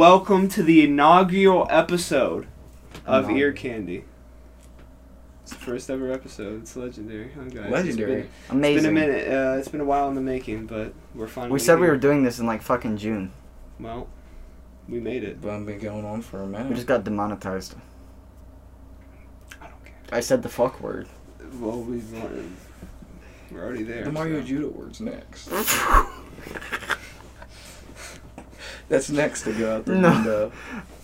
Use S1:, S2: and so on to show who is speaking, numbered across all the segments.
S1: Welcome to the inaugural episode of
S2: Inaugural.
S1: Ear Candy. It's the first ever episode. It's legendary, huh, guys? It's
S2: Legendary.
S1: been- It's been,
S2: Amazing.
S1: a minute. Uh, it's been a while in the making, but we're finally.
S2: We said we
S1: here.
S2: were doing this in like fucking June.
S1: Well, we made it.
S3: But I've been going on for a
S2: We
S3: minute.
S2: just got demonetized.
S1: I don't care.
S2: I said the fuck word.
S1: Well, we've learned. We're already there.
S3: the Mario
S1: so.
S3: Judah word's next. That's next to go out the
S2: No.
S3: window.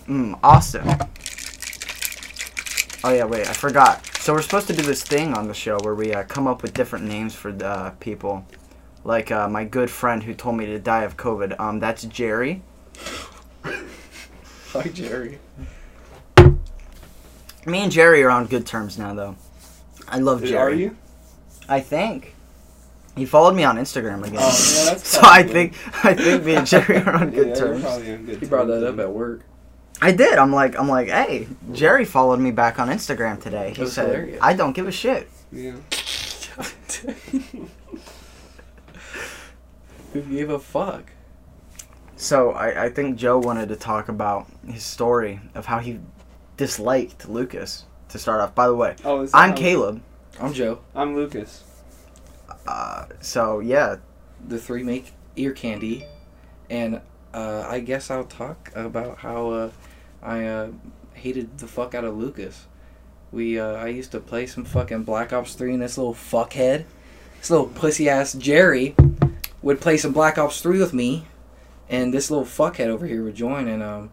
S2: Mm, Austin. Oh yeah, wait, I forgot. So we're supposed to do this thing on the show where we uh, come up with different names for the uh, people. Like uh, my good friend who told me to die of COVID. Um, that's Jerry.
S3: Hi, Jerry.
S2: Me and Jerry are on good terms now, though. I love
S1: Dude,
S2: Jerry.
S1: Are you?
S2: I think. He followed me on Instagram again.
S1: Oh, yeah, that's
S2: so I
S1: probably-
S2: think I think me and Jerry are on good
S1: yeah,
S2: terms.
S1: You're probably on good
S3: He brought
S1: terms,
S3: that up
S1: dude.
S3: at work.
S2: I did. I'm like, I'm like, hey, Jerry followed me back on Instagram today. He
S3: That's
S2: said,
S3: hilarious.
S2: I don't give a shit.
S1: Yeah.
S3: Who gave a fuck?
S2: So I, I think Joe wanted to talk about his story of how he disliked Lucas to start off. By the way,
S1: Oh, is that
S2: I'm
S1: how-
S2: Caleb.
S3: I'm Joe.
S1: I'm Lucas.
S2: Uh, so yeah,
S3: The three make ear candy, and uh, I guess I'll talk about how uh, I uh, hated the fuck out of Lucas. We uh, I used to play some fucking Black Ops Three, and this little fuckhead, this little pussy ass Jerry, would play some Black Ops Three with me, and this little fuckhead over here would join, and um,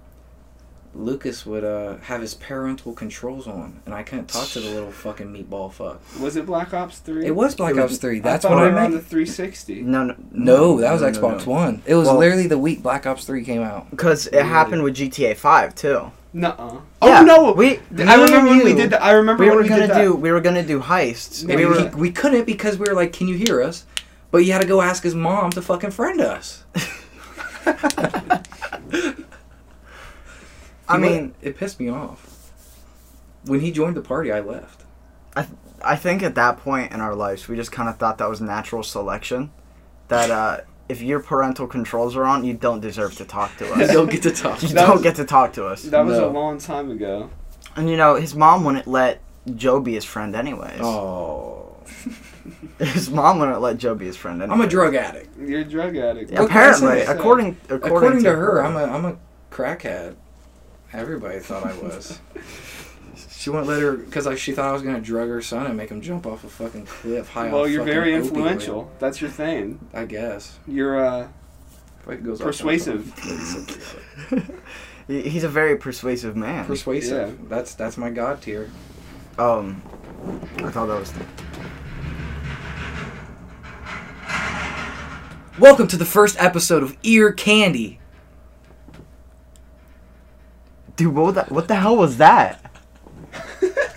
S3: Lucas would uh, have his parental controls on, and I couldn't talk to the little fucking meatball fuck.
S1: Was it Black Ops 3?
S3: It was Black
S2: It was-
S3: Ops Three.
S1: I
S3: That's
S1: thought
S3: what
S1: we
S3: I
S1: were on
S3: meant.
S1: the 360.
S2: no, no,
S3: No, that was
S2: no, no,
S3: Xbox
S2: no.
S3: One. It was
S2: Well-
S3: literally the week Black Ops Three came out.
S2: Because it happened with GTA Five too.
S1: Nuh-uh.
S2: Yeah,
S1: oh no!
S2: we-
S1: Th- I
S2: me and
S1: remember when we
S2: you-
S1: did that. I remember
S2: We
S1: when
S2: were
S1: we
S2: gonna
S1: did that.
S2: do, we were gonna do heists.
S1: No,
S2: we
S3: we,
S1: you
S2: were,
S1: can't.
S3: we couldn't because we were like, "Can you hear us?" But you had to go ask his mom to fucking friend us.
S2: I
S3: You know,
S2: mean,
S3: it pissed me off. When he joined the party, I left.
S2: I think at that point in our lives, we just kind of thought that was natural selection. That uh, if your parental controls are on, you don't deserve to talk to
S3: You
S2: us.
S3: don't get to talk.
S2: you
S1: That
S2: don't
S1: was-
S2: get to talk to us.
S1: That was a
S3: No.
S1: long time ago.
S2: And you know, his mom wouldn't let Joe be his friend, anyways.
S3: Oh,
S2: His mom wouldn't let Joe be his friend. Anyways.
S3: I'm a drug addict.
S1: You're a drug addict.
S2: Yeah, apparently,
S1: That's what I said.
S2: according, according
S3: According to her, I'm a I'm a crackhead. Everybody thought I was. She wouldn't let her because she thought I was gonna drug her son and make him jump off a fucking cliff high.
S1: Well,
S3: off
S1: you're
S3: fucking
S1: very
S3: opioid.
S1: influential. That's your thing.
S3: I guess.
S1: You're uh,
S3: Probably goes off on
S1: persuasive.
S3: something.
S2: He- He's a very persuasive man.
S3: Persuasive. That's that's my god tier.
S2: um, I thought that was.
S3: Welcome to the first episode of Ear Candy.
S2: Dude, what, was that, what the hell was that?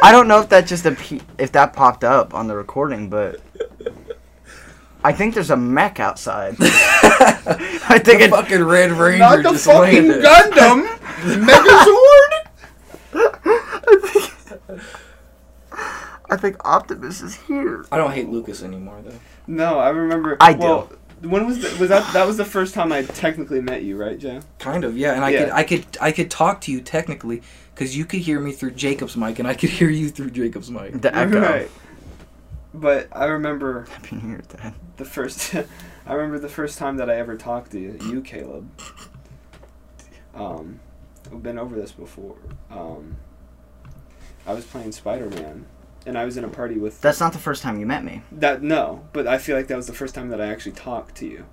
S2: I don't know if that just appe- if that popped up on the recording, but I think there's a mech outside. I think it,
S3: fucking Red Ranger
S1: Not the
S3: just
S1: fucking
S3: landed.
S1: Gundam, Megazord.
S2: I think Optimus is here.
S3: I don't hate Lucas anymore though.
S1: No, I remember.
S2: I do.
S1: well, When was the, was that? That was the first time I technically met you, right, Joe?
S3: Kind of, yeah. And I
S1: Yeah.
S3: could I could I could talk to you technically because you could hear me through Jacob's mic and I could hear you through Jacob's mic.
S2: The echo.
S1: Right. But I remember
S2: I've been here, Dad.
S1: the first I remember the first time that I ever talked to you, you, Caleb. Um, we've been over this before. Um, I was playing Spider Man, and I was in a party with
S2: That's not the first time you met me.
S1: that. No, but I feel like that was the first time that I actually talked to you.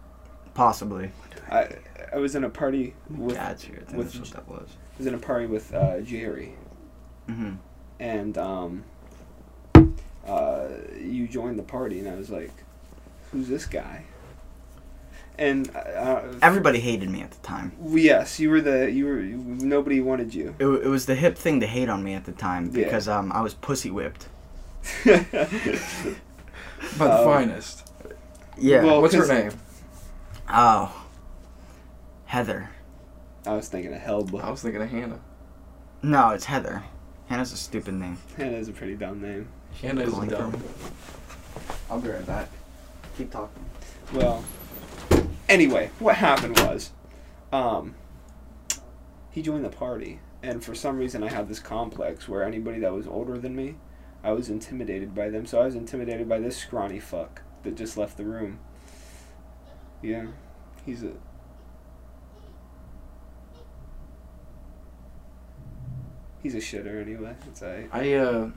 S2: Possibly.
S1: I I was in a party with I
S2: Dad's here. I think
S1: with-
S2: that's what that was.
S1: was in a party with uh, Jerry,
S2: hmm
S1: and um, uh, you joined the party, and I was like, "Who's this guy?" And uh,
S2: Everybody hated me at the time.
S1: Yes, you were the you were you, nobody wanted you.
S2: It, wa- it was the hip thing to hate on me at the time
S1: Yeah.
S2: because um, I was pussy whipped.
S3: By the
S1: Um,
S3: finest.
S2: Yeah.
S1: Well,
S3: What's her
S1: 'cause-
S3: name?
S2: oh. Heather.
S1: I was thinking of Hellboy.
S3: I was thinking of Hannah.
S2: No, it's Heather. Hannah's a stupid name.
S1: That is a pretty dumb name.
S3: Hannah is
S2: Calling
S3: dumb.
S2: from- I'll be right back. Keep talking.
S1: Well, anyway, what happened was, um, he joined the party, and for some reason I had this complex where anybody that was older than me, I was intimidated by them. So I was intimidated by this scrawny fuck that just left the room. Yeah, he's a. He's a shitter anyway. It's alright.
S3: I uh,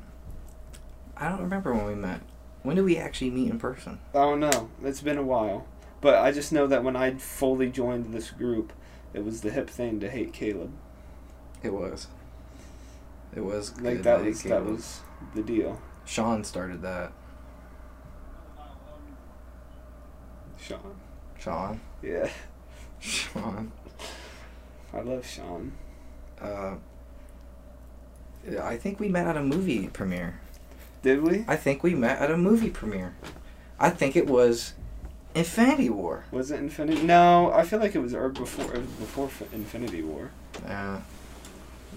S3: I don't remember when we met. When did we actually meet in person?
S1: I don't know. It's been a while. But I just know that when I fully joined this group, it was the hip thing to hate Caleb.
S3: It was. It was
S1: Like
S3: good
S1: that
S3: it
S1: was
S3: gave
S1: that
S3: us-
S1: was the deal.
S3: Sean started that.
S1: Sean.
S3: Sean.
S1: Yeah.
S3: Sean.
S1: I love Sean.
S3: Uh, I think we met at a movie premiere.
S1: Did we?
S3: I think we met at a movie premiere. I think it was Infinity War.
S1: Was it Infinity? No, I feel like it was or before it was before Fi- Infinity War.
S3: Uh,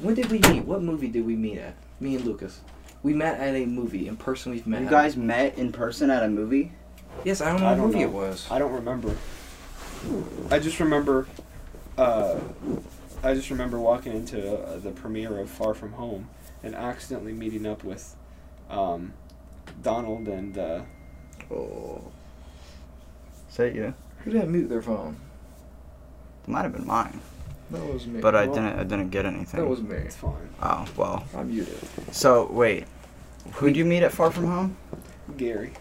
S3: when did we meet? What movie did we meet at? Me and Lucas. We met at a movie. In person, we've met.
S2: You
S3: at-
S2: guys met in person at a movie?
S3: Yes, I don't know
S1: I
S3: what
S1: don't
S3: movie
S1: know.
S3: it was.
S1: I don't remember. I just remember. Uh, I just remember walking into uh, the premiere of Far From Home and accidentally meeting up with um, Donald and uh,
S3: Oh.
S2: Is that you?
S3: Who did mute their phone?
S2: It might have been mine,
S3: That was me.
S2: but I
S1: Well,
S2: didn't. I didn't get anything.
S3: That was me.
S1: it's fine.
S2: oh well.
S3: I muted.
S2: So wait, who'd you meet at Far From Home?
S1: Gary.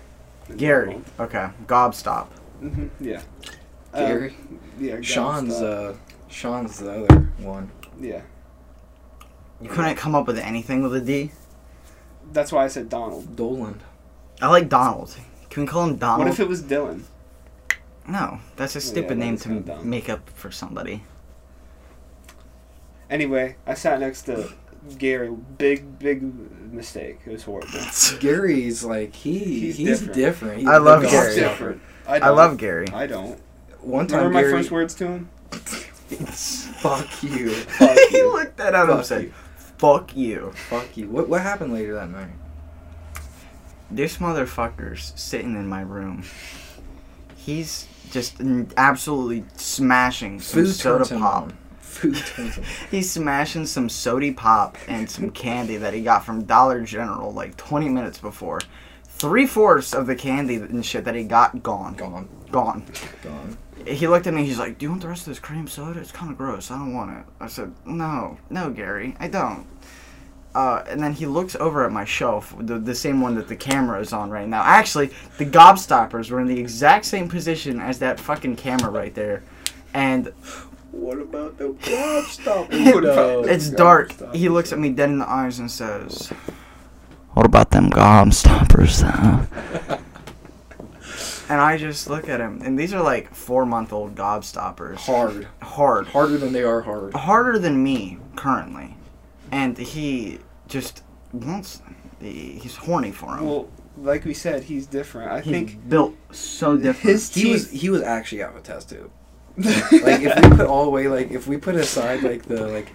S2: Gary. Okay, Gobstop.
S1: hmm Yeah. Uh,
S3: Gary.
S1: yeah. Gary
S3: Sean's
S1: Scott.
S3: uh, Sean's the other one.
S1: yeah.
S2: You couldn't come up with anything with a D.
S1: That's why I said Donald.
S3: Dolan.
S2: I like Donald. Can we call him Donald?
S1: What if it was Dylan?
S2: no, that's a
S1: Yeah,
S2: stupid
S1: that
S2: name
S1: is
S2: to
S1: kinda dumb.
S2: make up for somebody.
S1: Anyway, I sat next to Gary. Big, big mistake. It was horrible.
S3: Gary's like he
S1: He's
S3: he's,
S1: different.
S3: different.
S2: I
S3: He-
S2: love
S3: the
S2: Gary.
S3: dog's
S1: Different. I,
S2: I love Gary.
S1: I don't.
S3: One time,
S1: Remember
S3: Gary,
S1: my first words to him?
S3: fuck you,
S1: Fuck
S2: he
S1: you.
S2: looked that out and
S3: Fuck
S2: said,
S3: you.
S2: "Fuck you."
S3: fuck you. What what happened later that night?
S2: This motherfucker's sitting in my room. He's just n- absolutely smashing some soda
S3: turns him
S2: pop.
S3: on. Food turns him.
S2: He's smashing some sody pop and some candy that he got from Dollar General like 20 minutes before. Three fourths of the candy and shit that he got gone.
S3: Gone,
S2: Gone.
S3: gone.
S2: He looked at me. He's like, "Do you want the rest of this cream soda? It's kind of gross. I don't want it." I said, "No, no, Gary, I don't." Uh, and then he looks over at my shelf, the, the same one that the camera is on right now. Actually, the gobstoppers were in the exact same position as that fucking camera right there, and
S3: What about the blob
S1: What about the
S2: it's dark. He looks at me dead in the eyes and says, "What about them gobstoppers?" Huh? and I just look at him, and these are like four month old gobstoppers,
S3: hard,
S2: hard,
S3: harder than they are hard.
S2: harder than me currently, and he just wants. He's horny for him.
S1: Well, like we said, he's different. I
S2: Oh. he's
S1: think
S2: built so different.
S1: his
S3: He was
S1: teeth.
S3: he was actually out of a test tube. Like if we put all the way, like if we put aside like the like.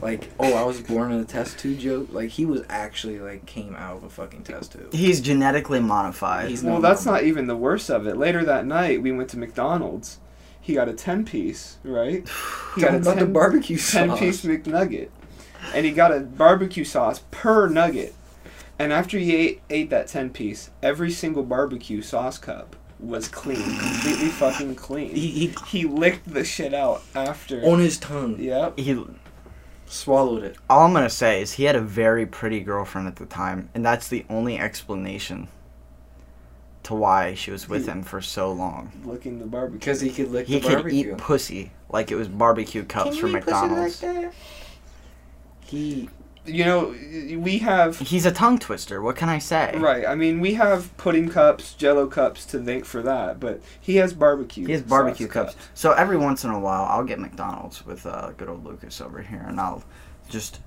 S3: Like oh, I was born in a test tube joke. Like he was actually like came out of a fucking test tube.
S2: He's genetically modified.
S3: He's-
S1: well, that's not even the worst of it. Later that night, we went to McDonald's. He got a ten piece, right? He
S3: Got about the
S1: 10
S3: barbecue
S1: ten
S3: sauce.
S1: piece McNugget, and he got a barbecue sauce per nugget. And after he ate, ate that ten piece, every single barbecue sauce cup was clean, completely fucking clean.
S3: He- he- Oh,
S1: he licked the shit out after.
S3: on his tongue.
S1: yep.
S2: he,
S3: Swallowed it.
S2: all I'm gonna say is he had a very pretty girlfriend at the time, and that's the only explanation to why she was with
S1: He-
S2: him for so long.
S1: Licking the barbecue.
S3: Because he could lick
S2: He
S3: the
S2: could
S3: barbecue.
S2: eat pussy like it was barbecue cups from McDonald's.
S3: he
S1: you know, y- we have
S2: He's a tongue twister. What can I say?
S1: right. I mean, we have pudding cups, Jello cups to thank for that, but he has barbecue.
S2: He has
S1: sauce
S2: barbecue cups. So every once in a while, I'll get McDonald's with uh, good old Lucas over here, and I'll just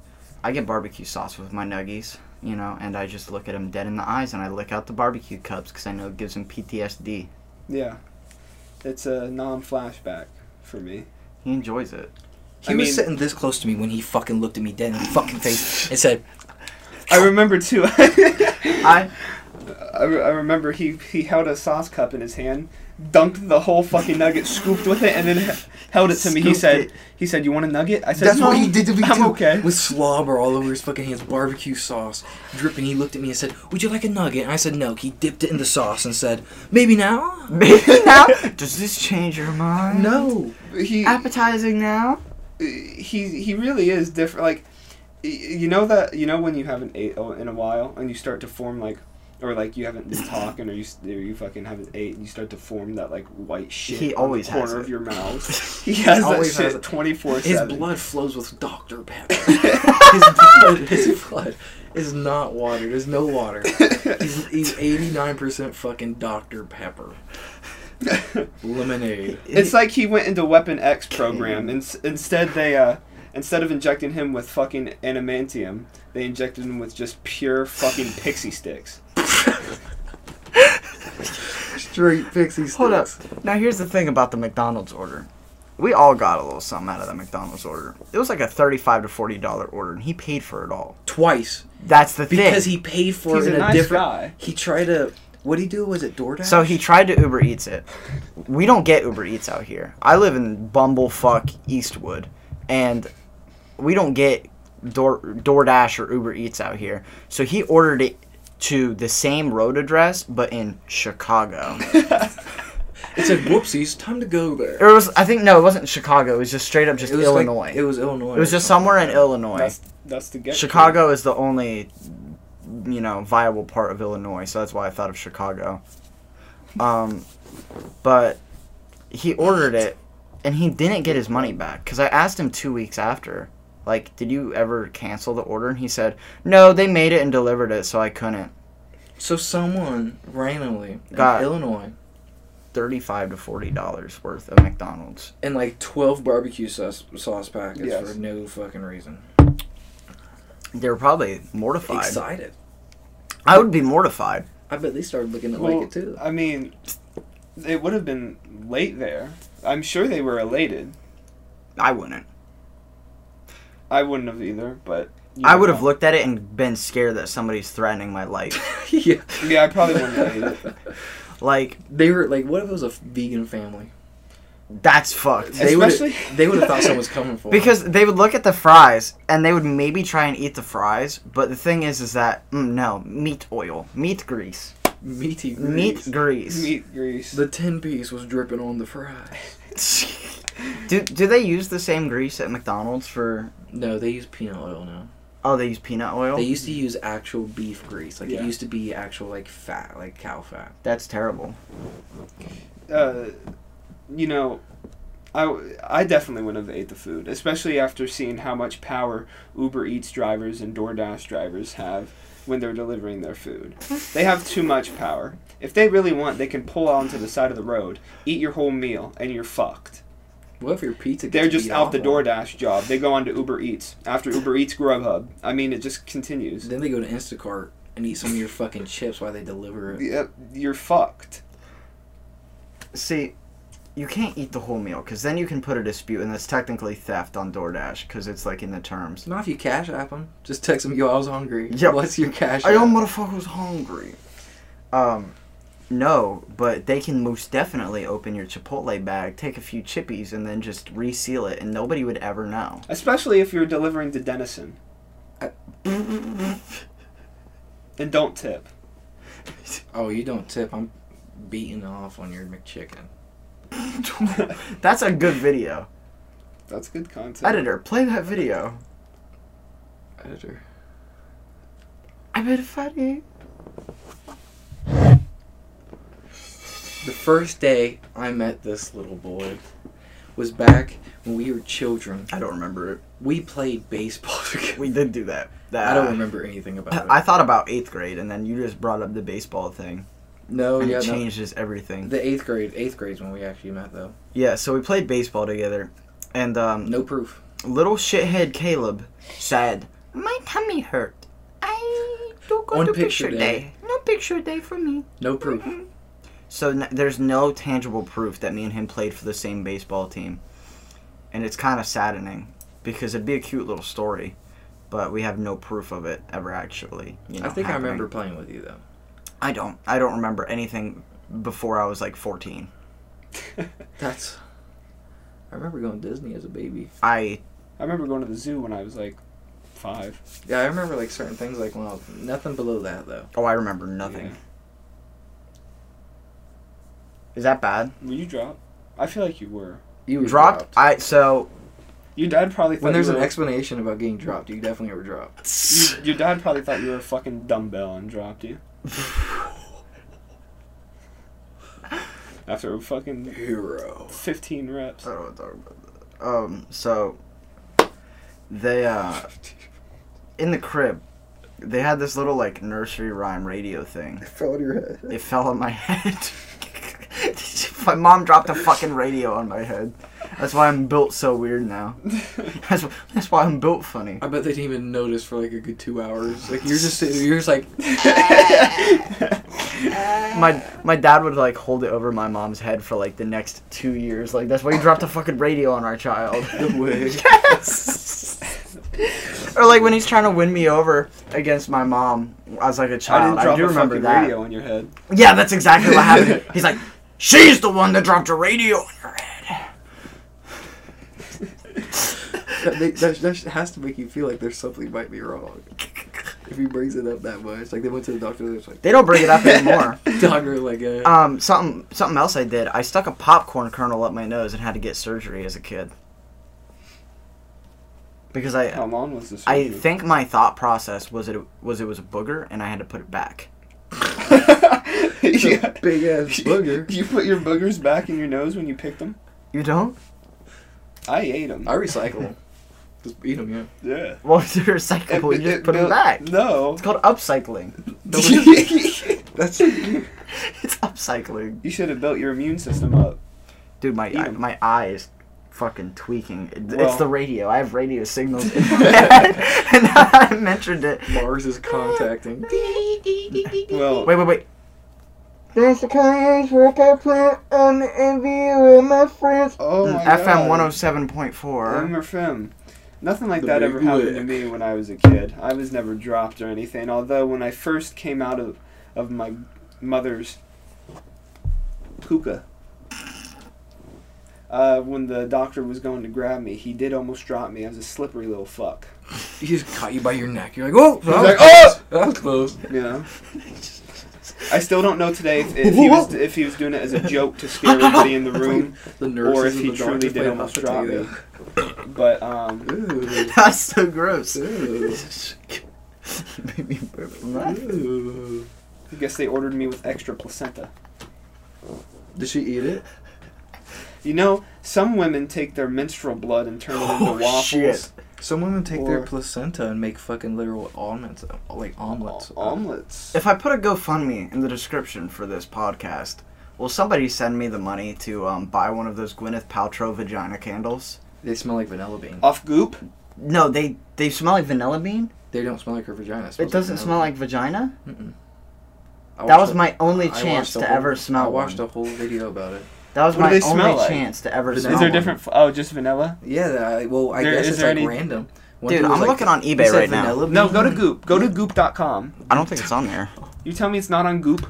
S2: I get barbecue sauce with my nuggies, you know, and I just look at him dead in the eyes, and I lick out the barbecue cups because I know it gives him PTSD.
S1: Yeah, it's a non-flashback for me.
S2: He enjoys it.
S3: he
S1: I
S3: was
S1: mean-
S3: sitting this close to me when he fucking looked at me dead in the fucking face and said,
S1: I remember too.
S2: I
S1: I, re- I remember he he held a sauce cup in his hand dunked the whole fucking nugget, scooped with it, and then h- held it to me. He
S2: Scooped
S1: said,
S2: it.
S1: "He said, you want a nugget?" I said,
S3: That's
S1: no,
S3: what he did to me
S1: I'm
S3: too.
S1: okay.
S3: With slobber all over his fucking hands, barbecue sauce dripping. He looked at me and said, "Would you like a nugget?" And I said, "No." He dipped it in the sauce and said, "Maybe now."
S2: now, does this change your mind?
S3: No.
S1: He
S2: Appetizing now?
S1: he he really is different. Like y- you know that you know when you haven't ate o- in a while and you start to form like or like you haven't been talking or you s- or you fucking haven't ate and you start to form that like white shit.
S2: He
S1: on the
S2: always has
S1: corner
S2: it.
S1: of your mouth. He has that
S3: always has
S1: shit
S3: it.
S1: twenty four
S3: His
S1: seven.
S3: blood flows with Dr. Pepper. his blood, his blood is not water. There's no water. He's, he's 89% fucking Dr. Pepper. Lemonade.
S1: It's like he went into Weapon X program, and s- instead they uh, instead of injecting him with fucking animantium, they injected him with just pure fucking pixie sticks.
S3: Straight pixie sticks.
S2: Hold up. Now here's the thing about the McDonald's order. We all got a little something out of the McDonald's order. It was like a thirty-five to forty dollar order, and he paid for it all.
S3: Twice.
S2: That's the
S3: Because
S2: thing.
S3: he paid for
S1: He's
S3: it
S1: a
S3: in a,
S1: nice
S3: different...
S1: guy.
S3: He tried to... What'd he do? Was it DoorDash?
S2: so he tried to Uber Eats it. We don't get Uber Eats out here. I live in Bumblefuck Eastwood, and we don't get Door DoorDash or Uber Eats out here. So he ordered it to the same road address, but in Chicago.
S3: It said, whoopsies, time to go there.
S2: It was. I think no, it wasn't Chicago. It was just straight up just
S3: It was like-
S2: Illinois.
S3: it was Illinois.
S2: It was
S3: or
S2: just
S3: something
S2: somewhere
S3: like
S2: in
S3: that.
S2: Illinois.
S1: That's that's the get.
S2: Chicago is the only, you know, viable part of Illinois, so that's why I thought of Chicago. Um, but he ordered it, and he didn't get his money back because I asked him two weeks after, like, did you ever cancel the order? And he said, no, they made it and delivered it, so I couldn't.
S3: So someone, randomly, in
S2: Got-
S3: Illinois,
S2: Thirty-five to forty dollars worth of McDonald's.
S3: and like 12 barbecue sauce, sauce packets
S1: Yes.
S3: for no fucking reason.
S2: They were probably mortified.
S3: Excited.
S2: I would be mortified.
S3: I bet they started looking at
S1: Well,
S3: like it too.
S1: I mean, it would have been late there. I'm sure they were elated.
S2: I wouldn't.
S1: I wouldn't have either, but you
S2: I
S1: never
S2: would have
S1: know.
S2: looked at it and been scared that somebody's threatening my life.
S3: yeah.
S1: Yeah, I probably wouldn't have ate it.
S2: Like
S3: They were like, what if it was a vegan family?
S2: that's fucked.
S3: They would've-
S1: Especially-
S3: they would have thought someone was coming for. 'em.
S2: Because they would look at the fries and they would maybe try and eat the fries, but the thing is, is that mm, no meat oil, meat grease,
S3: meaty
S2: meat
S3: grease.
S2: grease.
S1: meat grease.
S3: The ten piece was dripping on the fries.
S2: do do they use the same grease at McDonald's for?
S3: No, they use peanut oil now.
S2: Oh, they use peanut oil.
S3: They used to use actual beef grease. Like
S1: Yeah.
S3: it used to be actual like fat, like cow fat.
S2: that's terrible.
S1: uh, you know, I, w- I definitely wouldn't have ate the food, especially after seeing how much power Uber Eats drivers and DoorDash drivers have when they're delivering their food. They have too much power. If they really want, they can pull onto the side of the road, eat your whole meal, and you're fucked.
S3: What if your pizza?
S1: They're
S3: gets
S1: just
S3: beat
S1: out
S3: off
S1: the
S3: on?
S1: DoorDash job. They go on to Uber Eats. After Uber Eats, Grubhub. I mean, it just continues.
S3: Then they go to Instacart and eat some of your fucking chips while they deliver it.
S1: Yep, You're fucked.
S2: See, you can't eat the whole meal because then you can put a dispute, and that's technically theft on DoorDash because it's like in the terms.
S3: Not if you cash app them. Just text them, yo, I was hungry.
S2: Yeah.
S3: What's your cash?
S2: I
S3: app?
S2: don't motherfuckers hungry. Um, no, but they can most definitely open your Chipotle bag, take a few chippies, and then just reseal it, and nobody would ever know.
S1: Especially if you're delivering to Denison. And don't tip.
S3: Oh, you don't tip. I'm beating off on your McChicken.
S2: That's a good video.
S1: That's good content.
S2: Editor, play that video.
S3: Editor.
S2: I made it funny.
S3: The first day I met this little boy was back when we were children.
S2: I don't remember it.
S3: We played baseball together.
S2: We did do that. that
S3: I don't remember anything about it.
S2: I thought about eighth grade, and then you just brought up the baseball thing.
S3: no,
S2: and
S3: Oh, yeah,
S2: it
S3: no.
S2: changes everything.
S3: The eighth grade, eighth grade's when we actually met though.
S2: yeah, so we played baseball together, and um,
S3: No proof.
S2: little shithead Caleb said, "My tummy hurt. I don't go
S3: On
S2: to
S3: picture
S2: picture,
S3: day.
S2: day. No picture day for me." Mm-hmm.
S3: No proof.
S2: So n- there's no tangible proof that me and him played for the same baseball team, and it's kind of saddening because it'd be a cute little story, but we have no proof of it ever actually. You know,
S3: I think I
S2: happening.
S3: remember playing with you though.
S2: I don't. I don't remember anything before I was like 14.
S3: That's. I remember going to Disney as a baby.
S2: I
S1: I remember going to the zoo when I was like five.
S3: Yeah, I remember like certain things like well, nothing below that though.
S2: oh, I remember nothing.
S1: Yeah.
S2: Is that bad?
S1: Were you dropped? I feel like you were.
S3: You were
S2: dropped. I so
S1: Your dad probably thought
S3: when there's
S1: you
S3: an
S1: were-
S3: explanation about getting dropped, you definitely were dropped.
S1: you- your dad probably thought you were a fucking dumbbell and dropped you after fucking
S3: Hero.
S1: fifteen reps.
S2: I don't want to talk about that. Um, so they uh in the crib, they had this little like nursery rhyme radio thing.
S3: It fell on your head.
S2: It fell on my head. my mom dropped a fucking radio on my head. That's why I'm built so weird now. That's wh- that's why I'm built funny.
S3: I bet they didn't even notice for like a good two hours. Like you're just sitting- you're just like
S2: My my dad would like hold it over my mom's head for like the next two years. Like that's why you dropped a fucking radio on our child.
S3: the wig.
S2: or like when he's trying to win me over against my mom as like
S1: I
S2: a
S1: didn't
S2: child. I,
S1: drop
S2: do
S1: a
S2: remember
S1: fucking
S2: that.
S1: radio in your head.
S2: Yeah, that's exactly what happened. He's like, she's the one that dropped a radio on her head.
S3: That, make, that, that has to make you feel like there's something might be wrong. If he brings it up that much, like they went to the doctor, they're just like
S2: They don't bring it up anymore.
S3: doctor, like uh,
S2: um, something something else I did. I stuck a popcorn kernel up my nose and had to get surgery as a kid because I
S1: How long was this?
S2: I think my thought process was it was it was a booger and I had to put it back.
S3: it's a big ass
S1: booger.
S3: booger.
S1: You put your boogers back in your nose when you picked them.
S2: You don't?
S1: I ate them.
S3: I recycle. 'em. Just eat them, yeah.
S1: yeah.
S2: Well, if they're recyclable. You just put them back.
S1: No.
S2: It's called upcycling.
S3: No, but- that's
S2: It's upcycling.
S1: You should have built your immune system up.
S2: Dude, my
S1: Eat 'em.
S2: my eye is fucking tweaking. It- it's
S1: Well-
S2: the radio. I have radio signals in my head. and now that I mentioned it.
S3: Mars is contacting.
S1: Well,
S2: Wait, wait, wait. There's the Kanye's workout plan on the NBA with my friends.
S1: oh my
S2: FM
S1: God.
S2: 107.4.
S1: I'm a femme. Nothing like
S3: The
S1: that
S3: big
S1: ever happened to
S3: lick.
S1: me when I was a kid. I was never dropped or anything. Although when I first came out of of my mother's puka, uh, when the doctor was going to grab me, he did almost drop me. I was a slippery little fuck.
S3: He just caught you by your neck. You're like, oh, that was
S1: like,
S3: close. That was close.
S1: You know. I still don't know today if, if he was if he was doing it as a joke to scare everybody in the room,
S3: The nurses
S1: or if
S3: and
S1: he
S3: the
S1: truly
S3: doctor
S1: did
S3: playing hot
S1: almost drop me.
S3: potato.
S1: But um,
S3: Ooh,
S2: That's so gross.
S3: Ew.
S2: Made me burp from laughing.
S3: ooh.
S1: I guess they ordered me with extra placenta.
S3: Did she eat it?
S1: You know, some women take their menstrual blood and turn it into
S2: Oh,
S1: waffles.
S2: shit.
S3: Some women take their
S1: Or-
S3: placenta and make fucking literal almonds, like omelets.
S1: Omelets.
S2: If I put a GoFundMe in the description for this podcast, will somebody send me the money to um, buy one of those Gwyneth Paltrow vagina candles?
S3: They smell like vanilla bean.
S1: Off goop.
S2: No, they they smell like vanilla bean.
S3: They don't smell like her vagina. smells
S2: It doesn't smell
S3: vanilla
S2: like vagina.
S3: bean. Mm-mm. I
S2: That
S3: watched
S2: was
S3: a-
S2: my only
S3: I
S2: chance
S3: watched a
S2: to
S3: whole-
S2: ever smell
S3: I watched
S2: one.
S3: a whole video about it.
S2: That was
S1: What do
S2: my
S1: they smell
S2: only
S1: like?
S2: chance to ever
S3: Is
S2: smell.
S1: Is there
S2: one.
S1: different? F- oh, just vanilla.
S3: Yeah, I, well, I
S1: There-
S3: guess
S1: is
S3: it's
S1: there
S3: like
S1: any-
S3: random. One
S2: Dude,
S3: dude was
S2: I'm
S3: like-
S2: looking on
S3: he
S2: eBay
S3: said
S2: right now.
S3: vanilla
S1: No,
S3: bean.
S1: go to Goop. Go to Goop.com.
S2: I don't think it's on there.
S1: You tell me it's not on Goop.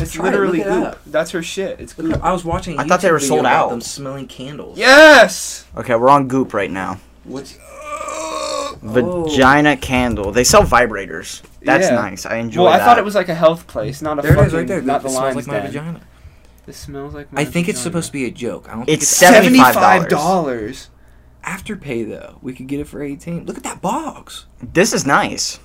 S1: It's
S3: Try it,
S1: literally
S3: look it
S1: Goop.
S3: up.
S1: That's her shit. It's
S3: Look,
S1: Goop.
S3: I was watching. a
S2: I thought they
S3: YouTube
S2: were
S3: video
S2: sold
S3: about
S2: out.
S3: Them smelling candles.
S1: Yes.
S2: Okay, we're on Goop right now.
S3: What's Oh.
S2: Vagina candle. They sell vibrators. That's
S1: Yeah.
S2: nice. I enjoy
S1: Well, I
S2: that.
S1: thought it was like a health place, not a
S3: Oh. There
S1: fucking.
S3: it is, right there.
S1: Not
S3: It
S1: the
S3: smells
S1: lion's
S3: like my
S1: den.
S3: vagina.
S1: This smells like. My
S3: I think it's supposed to be a joke. I don't. think
S2: It's seventy
S1: seventy-five
S2: five dollars.
S1: dollars.
S3: Afterpay though, we could get it for eighteen. Look at that box.
S2: This is nice.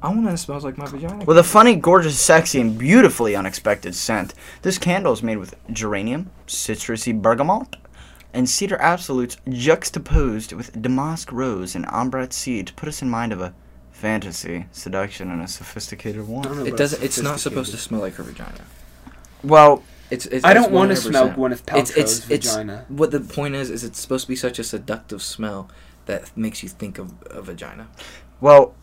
S3: I want one that smells like my vagina.
S2: With a funny, gorgeous, sexy, and beautifully unexpected scent, this candle is made with geranium, citrusy bergamot, and cedar absolutes juxtaposed with damask rose and ambrette seed to put us in mind of a fantasy, seduction, and a sophisticated one.
S3: It doesn't. It's not supposed to smell like her vagina.
S2: Well,
S3: It's. it's
S1: I don't
S3: it's
S1: want to smell
S3: 100%.
S1: Gwyneth
S3: It's-
S1: Paltrow's
S3: it's- it's-
S1: vagina.
S3: What the point is is it's supposed to be such a seductive smell that makes you think of a vagina.
S2: well,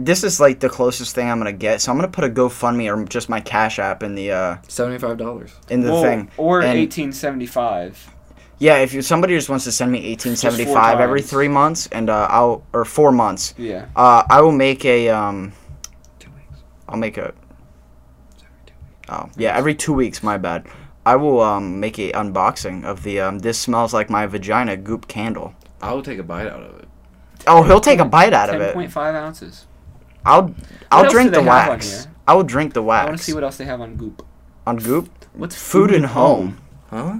S2: this is like the closest thing I'm gonna get, so I'm gonna put a GoFundMe or just my Cash App in the uh,
S3: Seventy-five dollars.
S2: in the
S1: Well,
S2: thing.
S1: Or
S2: And-
S1: eighteen seventy-five.
S2: Yeah, if you, somebody just wants to send me 1875
S1: times.
S2: every three months, and uh, I'll or four months,
S1: Yeah.
S2: uh, I will make a um,
S3: Two weeks.
S2: I'll make a
S3: It's every two weeks.
S2: Oh yeah, every two weeks. My bad. I will um, make a unboxing of the um, this smells like my vagina goop candle.
S3: I will take a bite out of it.
S2: Oh, he'll take a bite out of
S1: Ten
S2: it.
S1: point five ounces.
S2: I'll
S1: What
S2: I'll
S1: else
S2: drink
S1: do they
S2: the
S1: have on
S2: wax.
S1: here?
S2: I will drink the
S1: I want to
S2: wax
S1: see what else they have on Goop.
S2: on goop.
S1: What's
S2: Food and home.
S3: Huh?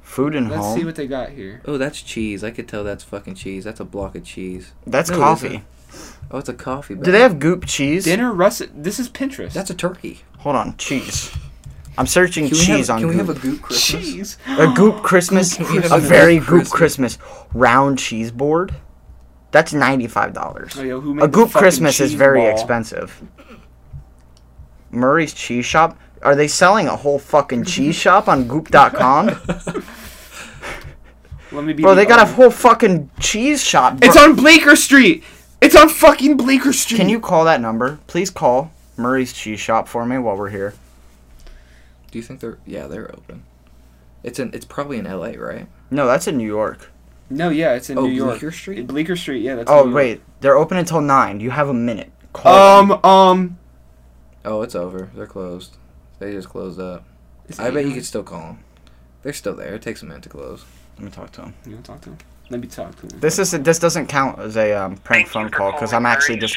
S2: Food and
S1: Let's
S2: home.
S1: see what they got here.
S3: Oh, that's cheese. I could tell that's fucking cheese. That's a block of cheese.
S2: That's
S3: No, it
S2: coffee.
S3: isn't. Oh, it's a coffee.
S2: Do
S3: bag.
S2: they have goop cheese?
S1: Dinner russet. This is Pinterest.
S3: That's a turkey.
S2: Hold on, cheese. I'm searching
S3: Can we
S2: cheese
S3: have,
S2: on
S3: Can
S2: goop.
S3: we have a goop Christmas?
S1: cheese.
S2: A goop Christmas,
S3: Goop Christmas.
S2: a very
S3: Goop
S2: goop Christmas round cheese board. That's ninety five dollars.
S1: Oh, yo, who made
S2: A
S1: the
S2: goop
S1: fucking
S2: Christmas is
S1: cheese
S2: very
S1: ball?
S2: expensive. Murray's Cheese Shop. Are they selling a whole fucking cheese shop on Goop.com?
S1: Let me be
S2: Bro,
S1: the
S2: they got a
S1: owner.
S2: whole fucking cheese shop. Bro,
S1: It's on Bleecker Street. It's on fucking Bleecker Street.
S2: Can you call that number? Please call Murray's Cheese Shop for me while we're here.
S3: Do you think they're? Yeah, they're open. It's in. It's probably in L.A. Right?
S2: No, that's in New York.
S1: No, yeah, it's in
S3: Oh,
S1: New York.
S3: Bleecker Street?
S1: In Bleecker Street. Yeah, that's.
S2: Oh
S1: in New
S2: wait, they're open until nine. You have a minute.
S1: York.
S2: Call. them.
S1: Um. Um.
S3: Oh, it's over. They're closed. They just closed up.
S1: is
S3: I
S1: it
S3: bet you
S1: Elon?
S3: could still call them. They're still there. It takes a minute to close.
S2: Let me talk to him.
S1: You want to talk to him? Let me talk to him.
S2: This is this doesn't count as a um, prank phone call because I'm actually just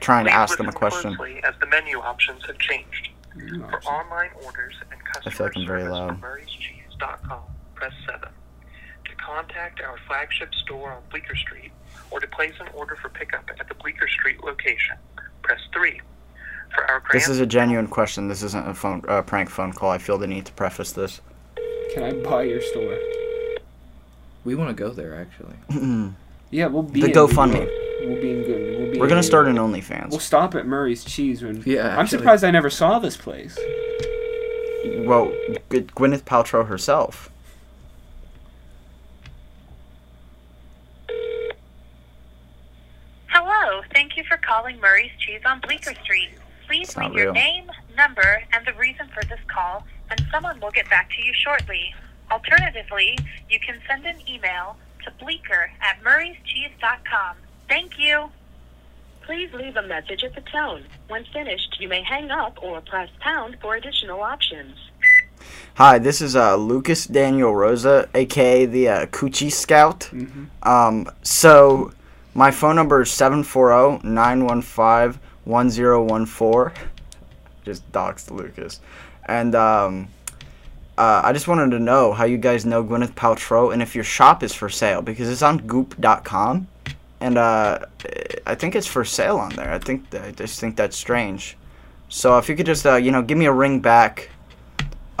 S2: trying to ask them a question.
S4: As the menu options have changed.
S1: You
S4: For
S1: are-
S4: online orders and customer
S2: feel like I'm very
S4: service
S2: loud.
S4: from Murray'sCheese.com, press 7. To contact our flagship store on Bleecker Street or to place an order for pickup at the Bleecker Street location, press 3. For our
S2: This
S4: grand-
S2: is a genuine question. This isn't a phone uh, prank phone call. I feel the need to preface this.
S1: Can I buy your store?
S3: We want to go there actually.
S2: We're
S1: Yeah, we'll be.
S2: The
S1: in New
S2: GoFundMe.
S1: York. We'll be in good. We'll be in
S2: gonna
S1: New
S2: start
S1: York.
S2: an
S1: We'll
S2: OnlyFans.
S1: stop at Murray's Cheese when.
S3: Yeah,
S1: I'm
S3: actually.
S1: surprised I never saw this place.
S2: Well, G- Gwyneth Paltrow herself.
S5: Hello, thank you for calling Murray's Cheese on Bleecker Street. Please
S2: It's not
S5: leave your
S2: real.
S5: name, number, and the reason for this call, and someone will get back to you shortly. Alternatively, you can send an email to bleecker at murrayscheese.com. Thank you.
S6: Please leave a message at the tone. When finished, you may hang up or press pound for additional options.
S2: Hi, this is uh, Lucas Daniel Rosa, aka the uh, Coochie Scout.
S1: Mhm.
S2: Um, so, my phone number is oh, 740 915 1014. Just doxed Lucas. And um, uh, I just wanted to know how you guys know Gwyneth Paltrow and if your shop is for sale because it's on goop.com. And uh, I think it's for sale on there. I think I just think that's strange. So if you could just uh, you know give me a ring back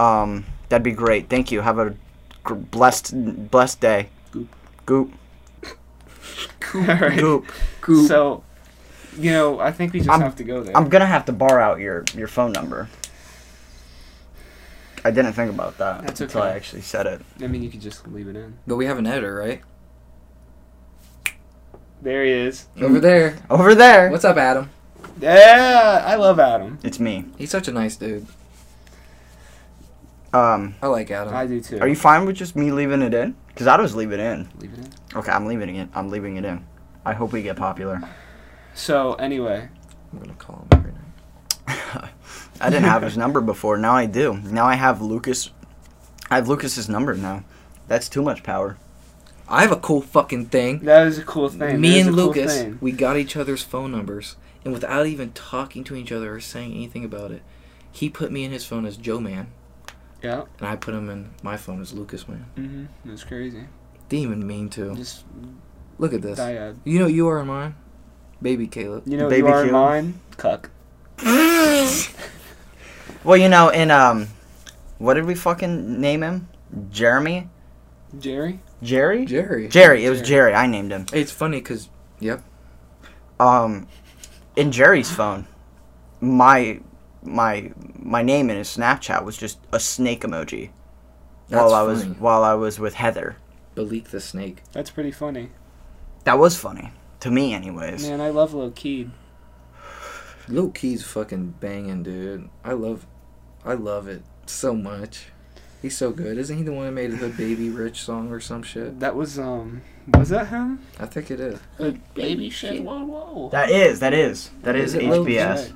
S2: um, that'd be great. Thank you. Have a gr- blessed blessed day.
S1: Goop.
S2: Goop.
S1: All right.
S2: Goop.
S1: So, you know, I think we just
S2: I'm-
S1: have to go there.
S2: I'm gonna have to bar out your your phone number. I didn't think about that
S1: That's
S2: until I
S1: okay.
S2: actually said it.
S1: I mean, you could just leave it in.
S3: But we have an editor, right?
S1: There he is.
S3: Over there.
S2: Over there.
S3: What's up, Adam?
S1: Yeah, I love Adam.
S2: It's me.
S3: He's such a nice dude.
S2: Um,
S3: I like Adam.
S1: I do too.
S2: are you fine with just me leaving it in? Cause I'd just leave it in.
S1: leave it in?
S2: Okay, I'm leaving it. I'm leaving it in. I hope we get popular.
S1: So anyway,
S3: I'm gonna call him every night.
S2: I didn't have his number before. Now I do. Now I have Lucas. I have Lucas's number now. That's too much power.
S3: I have a cool fucking thing.
S1: that is a cool thing.
S3: Me
S1: That is
S3: and
S1: a cool
S3: Lucas,
S1: thing.
S3: we got each other's phone numbers, and without even talking to each other or saying anything about it, he put me in his phone as Joe Man,
S1: Yeah.
S3: and I put him in my phone as Lucas Man.
S1: Mm-hmm. That's crazy.
S3: Didn't even mean to.
S1: Just
S3: Look at this.
S1: dyad.
S3: You know you are in mine, baby Caleb.
S1: You know, what
S2: Baby
S1: you are
S2: Caleb.
S1: mine. Cuck.
S2: Well, you know, in um, what did we fucking name him? Jeremy?
S1: Jerry.
S2: Jerry?
S3: Jerry.
S2: Jerry. It was
S1: Jerry.
S2: Jerry. I named him.
S3: It's funny because
S2: Um, in Jerry's phone, my my my name in his Snapchat was just a snake emoji
S3: that's
S2: while I was
S3: funny.
S2: while I was with Heather.
S3: Balik the snake.
S1: That's pretty funny.
S2: That was funny to me, anyways.
S1: Man, I love Low Key.
S3: Low key's fucking banging, dude. I love, I love it so much. He's so good. Isn't he the one that made the Baby Rich song or some shit?
S1: That was um. Was that him?
S3: I think it is.
S1: Baby shit. Whoa, whoa.
S2: That is that is that is
S3: Is it Lil
S2: HBS.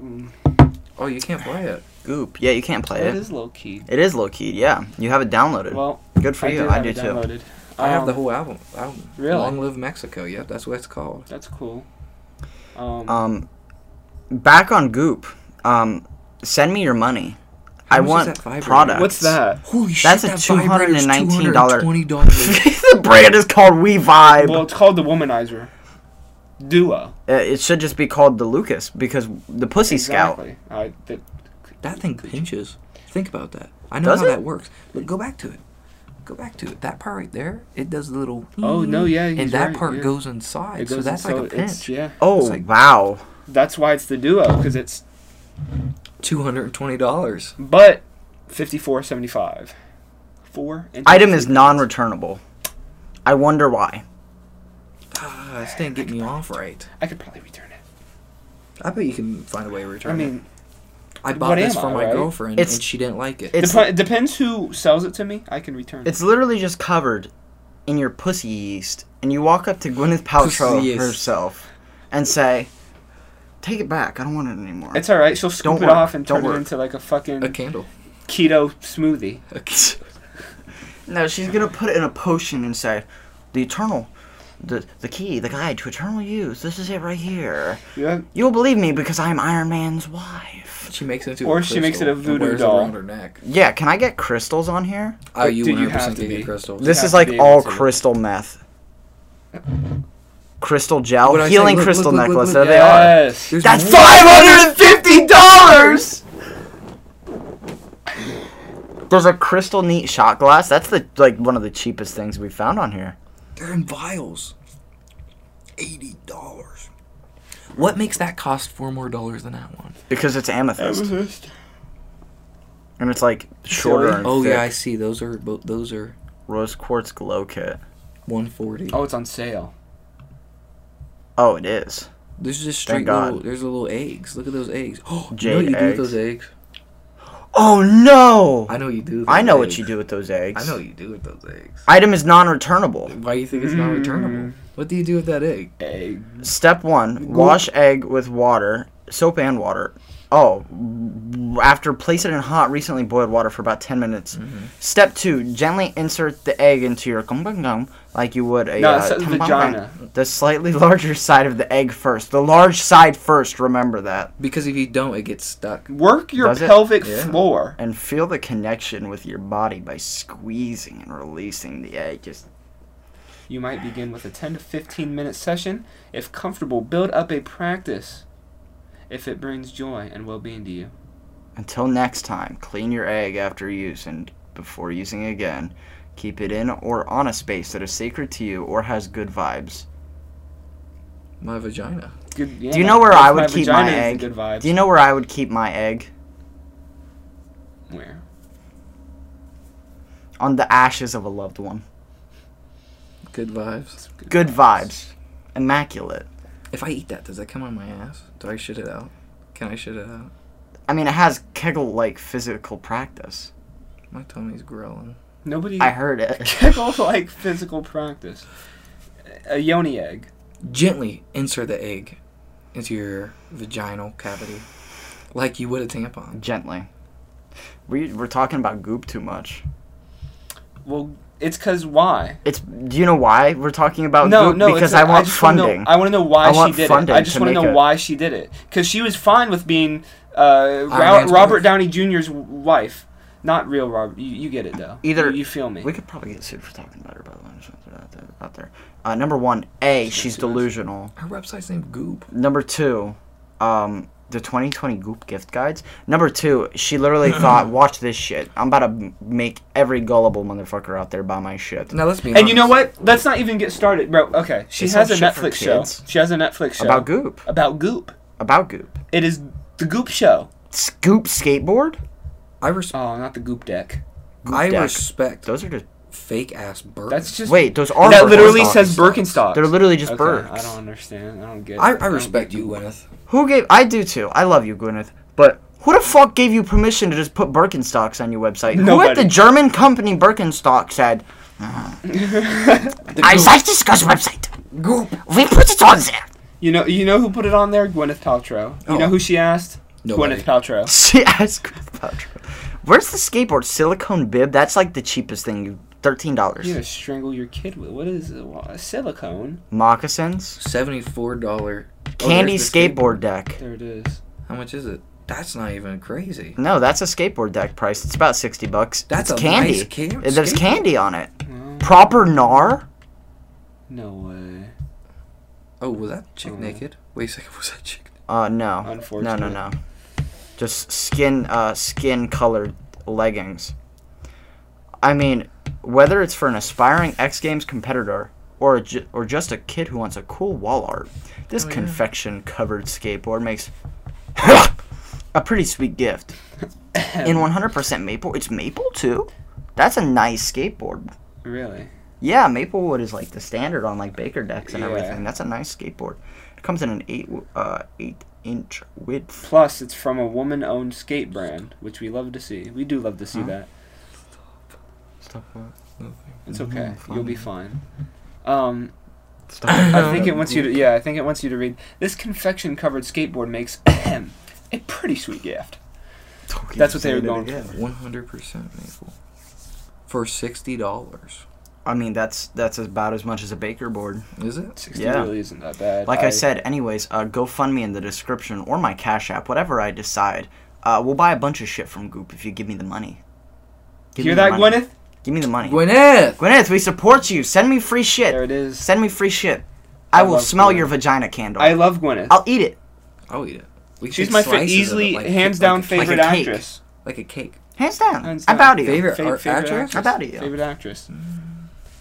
S1: Mm,
S3: Oh, you can't play it.
S2: Goop. Yeah, you can't play
S1: It
S2: it.
S1: is low key.
S2: It is low key. Yeah, you have it downloaded.
S1: Well,
S2: Good for
S1: I
S2: you.
S1: did
S2: I
S1: have
S2: do
S1: it
S2: too.
S1: downloaded.
S3: I have
S1: Um,
S3: the whole album. album.
S1: Really?
S3: Long Live Mexico. Yep, that's what it's called.
S1: That's cool. Um,
S2: Um, back on Goop. Um, send me your money. I
S3: much is
S2: want
S3: that vibrator?
S2: products.
S1: what's that?
S3: Holy
S2: That's a
S3: vibrator's
S2: $219
S3: $220.
S2: the brand is called We Vibe.
S1: Well, it's called the Womanizer. Duo.
S2: Uh, it should just be called the Lucas because the Pussy Scout.
S1: Exactly. I, that,
S3: that thing pinches. Think about that. I know
S2: Does
S3: how
S2: it?
S3: that works. But go back to it. Go back to it. That part right there, it does the little.
S1: Oh, no, yeah, he's
S3: And that
S1: right,
S3: part
S1: yeah.
S3: goes inside.
S1: it goes
S3: so that's like a
S1: it's-
S3: pinch.
S1: Yeah.
S2: Oh
S3: It's like-
S2: wow!
S1: That's why it's the duo because it's
S3: $220.
S1: but fifty four seventy five. Four. and
S2: Item is
S1: 23.
S2: non-returnable. I wonder why.
S3: Ah, this thing getting you off right.
S1: I could probably return it.
S3: I bet you can find a way to return
S1: I
S3: it.
S1: mean,
S3: I
S1: what
S3: bought this
S1: am
S3: for
S1: I,
S3: my
S1: right?
S3: girlfriend
S2: It's-
S3: and she didn't like it.
S2: It's
S1: dep- depends who sells it to me. I can return
S2: it's literally just covered in your pussy yeast, and you walk up to Gwyneth Paltrow
S3: Pussy yeast.
S2: herself and say, "Take it back. I don't want it anymore."
S1: it. It's all right. She'll scoop
S2: Don't
S1: it
S2: worry,
S1: off and
S2: don't
S1: turn it
S2: worry.
S1: into like a fucking
S3: a candle.
S1: keto smoothie.
S3: A candle.
S2: no, she's gonna put it in a potion and say, "The eternal." The, the key, the guide to eternal use. This is it right here.
S1: Yeah.
S2: You'll believe me because I'm Iron Man's wife.
S3: She makes it into
S1: Or
S3: a
S1: she makes it
S3: crystal
S1: a
S3: and
S1: voodoo
S3: wears it
S1: doll.
S3: around her neck.
S2: Yeah, can I get crystals on here?
S3: Oh, you
S1: do you
S3: 100%
S1: have to
S3: get
S1: be?
S3: your crystals.
S2: This
S1: have
S2: is
S1: to
S2: like
S1: be able
S2: all
S1: to.
S2: crystal meth. Crystal gel,
S3: What'd I say?
S2: healing
S3: Look,
S2: crystal
S3: look, look,
S2: necklace.
S3: look,
S2: there
S3: look.
S2: they are.
S1: yes.
S3: There's
S2: That's
S3: more.
S2: five hundred and fifty dollars. There's a crystal neat shot glass. That's the like one of the cheapest things we found on here.
S3: They're in vials. Eighty dollars. What makes that cost four more dollars than that one?
S2: Because it's amethyst and it's like shorter.
S1: Silly.
S2: And
S3: Oh yeah, I
S2: thick.
S3: see. Those are bo- those are
S2: rose quartz glow kit.
S3: one forty.
S1: Oh, it's on sale.
S2: Oh, it is.
S3: There's just
S2: Thank
S3: straight little.
S2: God.
S3: There's the little eggs. Look at those eggs. Oh, you know
S2: Jade
S3: what you do
S2: eggs.
S3: with those eggs?
S2: Oh no!
S3: I know what you do. with
S2: I
S3: those
S2: know what
S3: eggs.
S2: you do with those eggs.
S3: I know what you do with those eggs.
S2: Item is non-returnable.
S3: Why do you think it's
S2: Mm.
S3: not returnable? What do you do with that egg?
S1: Egg.
S2: Step one: wash egg with water, soap and water. Oh, after place it in hot, recently boiled water for about ten minutes. Step two: gently insert the egg into your cum cum cum like you would a
S1: No,
S2: uh,
S1: it says
S2: cum cum cum.
S1: vagina.
S2: The slightly larger side of the egg first. The large side first. Remember that,
S3: Because if you don't, it gets stuck.
S1: Work your
S2: Does it?
S1: pelvic
S3: Yeah.
S1: floor.
S2: and feel the connection with your body by squeezing and releasing the egg. Just
S1: You might begin with a 10 to 15 minute session. If comfortable, build up a practice. If it brings joy and well being to you.
S2: Until next time, clean your egg after use and before using again. Keep it in or on a space that is sacred to you or has good vibes.
S3: My vagina.
S1: Good, yeah,
S2: Do you
S1: my-
S2: know where I
S1: my
S2: would keep
S1: vagina
S2: my
S1: is the
S2: egg?
S1: Good vibes.
S2: Do you know where I would keep my egg?
S1: where?
S2: On the ashes of a loved one.
S3: Good vibes.
S2: Good vibes. Immaculate.
S3: If I eat that, does that come on my ass? Do I shit it out? Can I shit it out?
S2: I mean, it has Kegel like physical practice.
S3: My tummy's growling.
S1: Nobody.
S2: I heard it.
S1: Kegel like physical practice. A yoni egg.
S3: Gently insert the egg into your vaginal cavity, like you would a tampon.
S2: Gently. We, we're talking about goop too much.
S1: Well, it's because why?
S2: It's. Do you know why we're talking about
S1: No,
S2: goop?
S1: no,
S2: Oh, because
S1: it's-
S2: I want
S1: just wanna know-
S2: funding.
S1: I want to know why
S2: I want
S1: she did it.
S2: funding
S1: I just
S2: to
S1: want to
S2: make
S1: know
S2: it.
S1: why she did it because she was fine with being uh, Ro-
S3: Man's
S1: Robert
S3: wife.
S1: Downey Jr.'s w- wife, not real Robert. You, you get it though.
S2: Either-
S1: you, you feel me.
S2: We could probably get sued for talking about her, by the way. I'm just gonna put it out there. Out there. Uh, number one, A, she's delusional.
S3: Her website's named Goop.
S2: Number two, um, the 2020 Goop gift guides. Number two, she literally thought, watch this shit. I'm about to m- make every gullible motherfucker out there buy my shit.
S3: Now let's be honest.
S1: and you know what? Let's not even get started, bro. Okay, she
S2: Is
S1: has a
S2: some shit for
S1: Netflix show.
S2: kids?
S1: She has a Netflix show
S2: About Goop.
S1: About Goop.
S2: About Goop.
S1: It is the Goop show.
S2: Scoop skateboard?
S3: I, res-
S1: Oh, not the Goop deck.
S2: Goop
S3: I
S2: deck.
S3: respect
S2: Those are just.
S3: fake ass birds.
S1: That's just
S2: Wait, those are.
S1: that
S2: Birkenstocks.
S1: literally says Birkenstocks.
S2: They're literally just
S1: Okay,
S2: Birks.
S1: I don't understand. I don't get.
S3: I,
S1: it.
S3: I
S1: don't
S3: respect
S1: get
S3: you,
S1: Goop.
S3: Gwyneth.
S2: Who gave? I do too. I love you, Gwyneth. But who the fuck gave you permission to just put Birkenstocks on your website? Who at
S1: Nobody.
S2: the German company Birkenstock said, "I like this guy's website. We put it on there."
S1: You know, you know who put it on there? Gwyneth Paltrow. You
S3: Oh.
S1: know who she asked?
S3: Nobody.
S1: Gwyneth Paltrow.
S2: She asked. outro. Where's the skateboard? Silicone bib? That's like the cheapest thing. You Thirteen dollars.
S1: You're gonna strangle your kid with what is it? Wha- silicone?
S3: Oh,
S2: Moccasins.
S3: Seventy-four dollar Oh,
S2: Candy skateboard deck.
S1: There it is.
S3: How much is it? That's not even crazy.
S2: No, that's a skateboard deck price. It's about sixty bucks.
S3: That's
S2: It's
S3: a
S2: candy.
S3: nice ca-
S2: There's
S3: skateboard.
S2: candy on it.
S1: Well,
S2: Proper gnar.
S1: no way.
S3: Oh, was that chick
S1: Oh.
S3: naked? Wait a second, was that chick?
S2: Uh, no.
S1: Unfortunate.
S2: No, no, no. Just skin, uh, skin colored leggings. I mean, whether it's for an aspiring X Games competitor or a ju- or just a kid who wants a cool wall art, this
S3: Oh, yeah.
S2: confection covered skateboard makes a pretty sweet gift. In 100% maple, it's maple too. That's a nice skateboard.
S1: Really?
S2: Yeah, Maplewood is like the standard on like Baker decks and
S1: Yeah.
S2: everything. That's a nice skateboard. It comes in an eight w- uh eight inch width.
S1: Plus, it's from a woman-owned skate brand, which we love to see. We do love to see
S2: Huh?
S1: that.
S2: Stop.
S1: It's okay.
S2: Mhm,
S1: You'll be fine. Um,
S2: Stop.
S1: I think it wants you to. Yeah, I think it wants you to read. This confection-covered skateboard makes a pretty sweet gift. That's what they were going
S2: for.
S3: One hundred percent maple. For sixty dollars,
S2: I mean, that's that's about as much as a Baker board.
S3: is it?
S1: Sixty
S2: Yeah.
S1: really isn't that bad.
S2: Like I, said, anyways, uh, GoFundMe in the description or my Cash App, whatever I decide. Uh, we'll buy a bunch of shit from Goop if you give me the money. Give
S1: hear
S2: me the
S1: that,
S2: money.
S1: Gwyneth?
S2: Give me the money.
S3: Gwyneth.
S2: Gwyneth, we support you. Send me free shit.
S1: There it is.
S2: Send me free shit. I,
S1: I
S2: will
S1: love
S2: smell
S1: Gwyneth.
S2: your vagina candle.
S1: I love Gwyneth.
S2: I'll eat it.
S3: I'll eat it. We
S1: She's
S3: take
S1: my fa-
S3: slices of it,
S1: easily,
S3: like-
S1: hands
S3: like
S1: down,
S3: a-
S1: favorite
S2: like a cake.
S1: actress.
S3: Like a cake.
S2: Hands down.
S1: Hands
S2: I'm
S1: down.
S2: proud of you.
S1: Fa-
S3: Favorite art- actress?
S2: How about you?
S1: Favorite actress.
S2: Mm.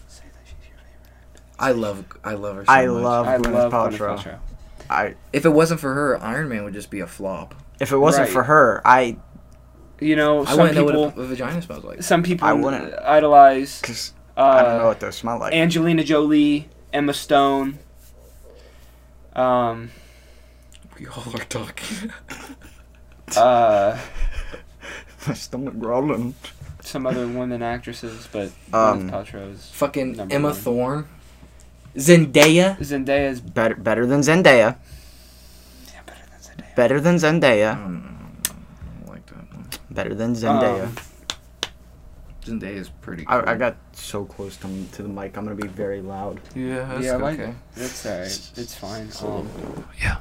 S1: Say that she's your favorite.
S3: I love. I love her. So
S2: I
S3: much.
S2: love
S1: I
S2: Gwyneth
S1: love
S2: Paltrow.
S1: Gwyneth Paltrow.
S2: I,
S3: If it wasn't for her, Iron Man would just be a flop.
S2: if it wasn't
S1: Right.
S2: for her, I
S1: You know,
S3: I
S1: some
S3: wouldn't
S1: people,
S3: know what a, a vagina smells like.
S1: some people
S2: I wouldn't.
S1: idolize.
S2: because
S1: Uh,
S2: I don't know what those smell like.
S1: Angelina Jolie, Emma Stone. Um,
S3: We all are talking.
S1: uh,
S2: My stomach growling.
S1: some other women actresses, but
S2: Um,
S1: Gwyneth Paltrow is
S3: Fucking
S1: Number
S3: Emma
S1: one.
S3: Thorne. Zendaya.
S1: Zendaya's
S2: Better, better than Zendaya.
S1: yeah, better than Zendaya.
S2: Better than Zendaya.
S3: Um, I don't like that one.
S2: Better than Zendaya.
S1: Um,
S3: Zendaya is pretty. Cool.
S2: I, I got so close to, to the mic. I'm gonna be very loud.
S3: Yeah. That's
S1: Yeah, I like-
S3: okay.
S1: It's alright. It's fine. Um,
S3: Yeah.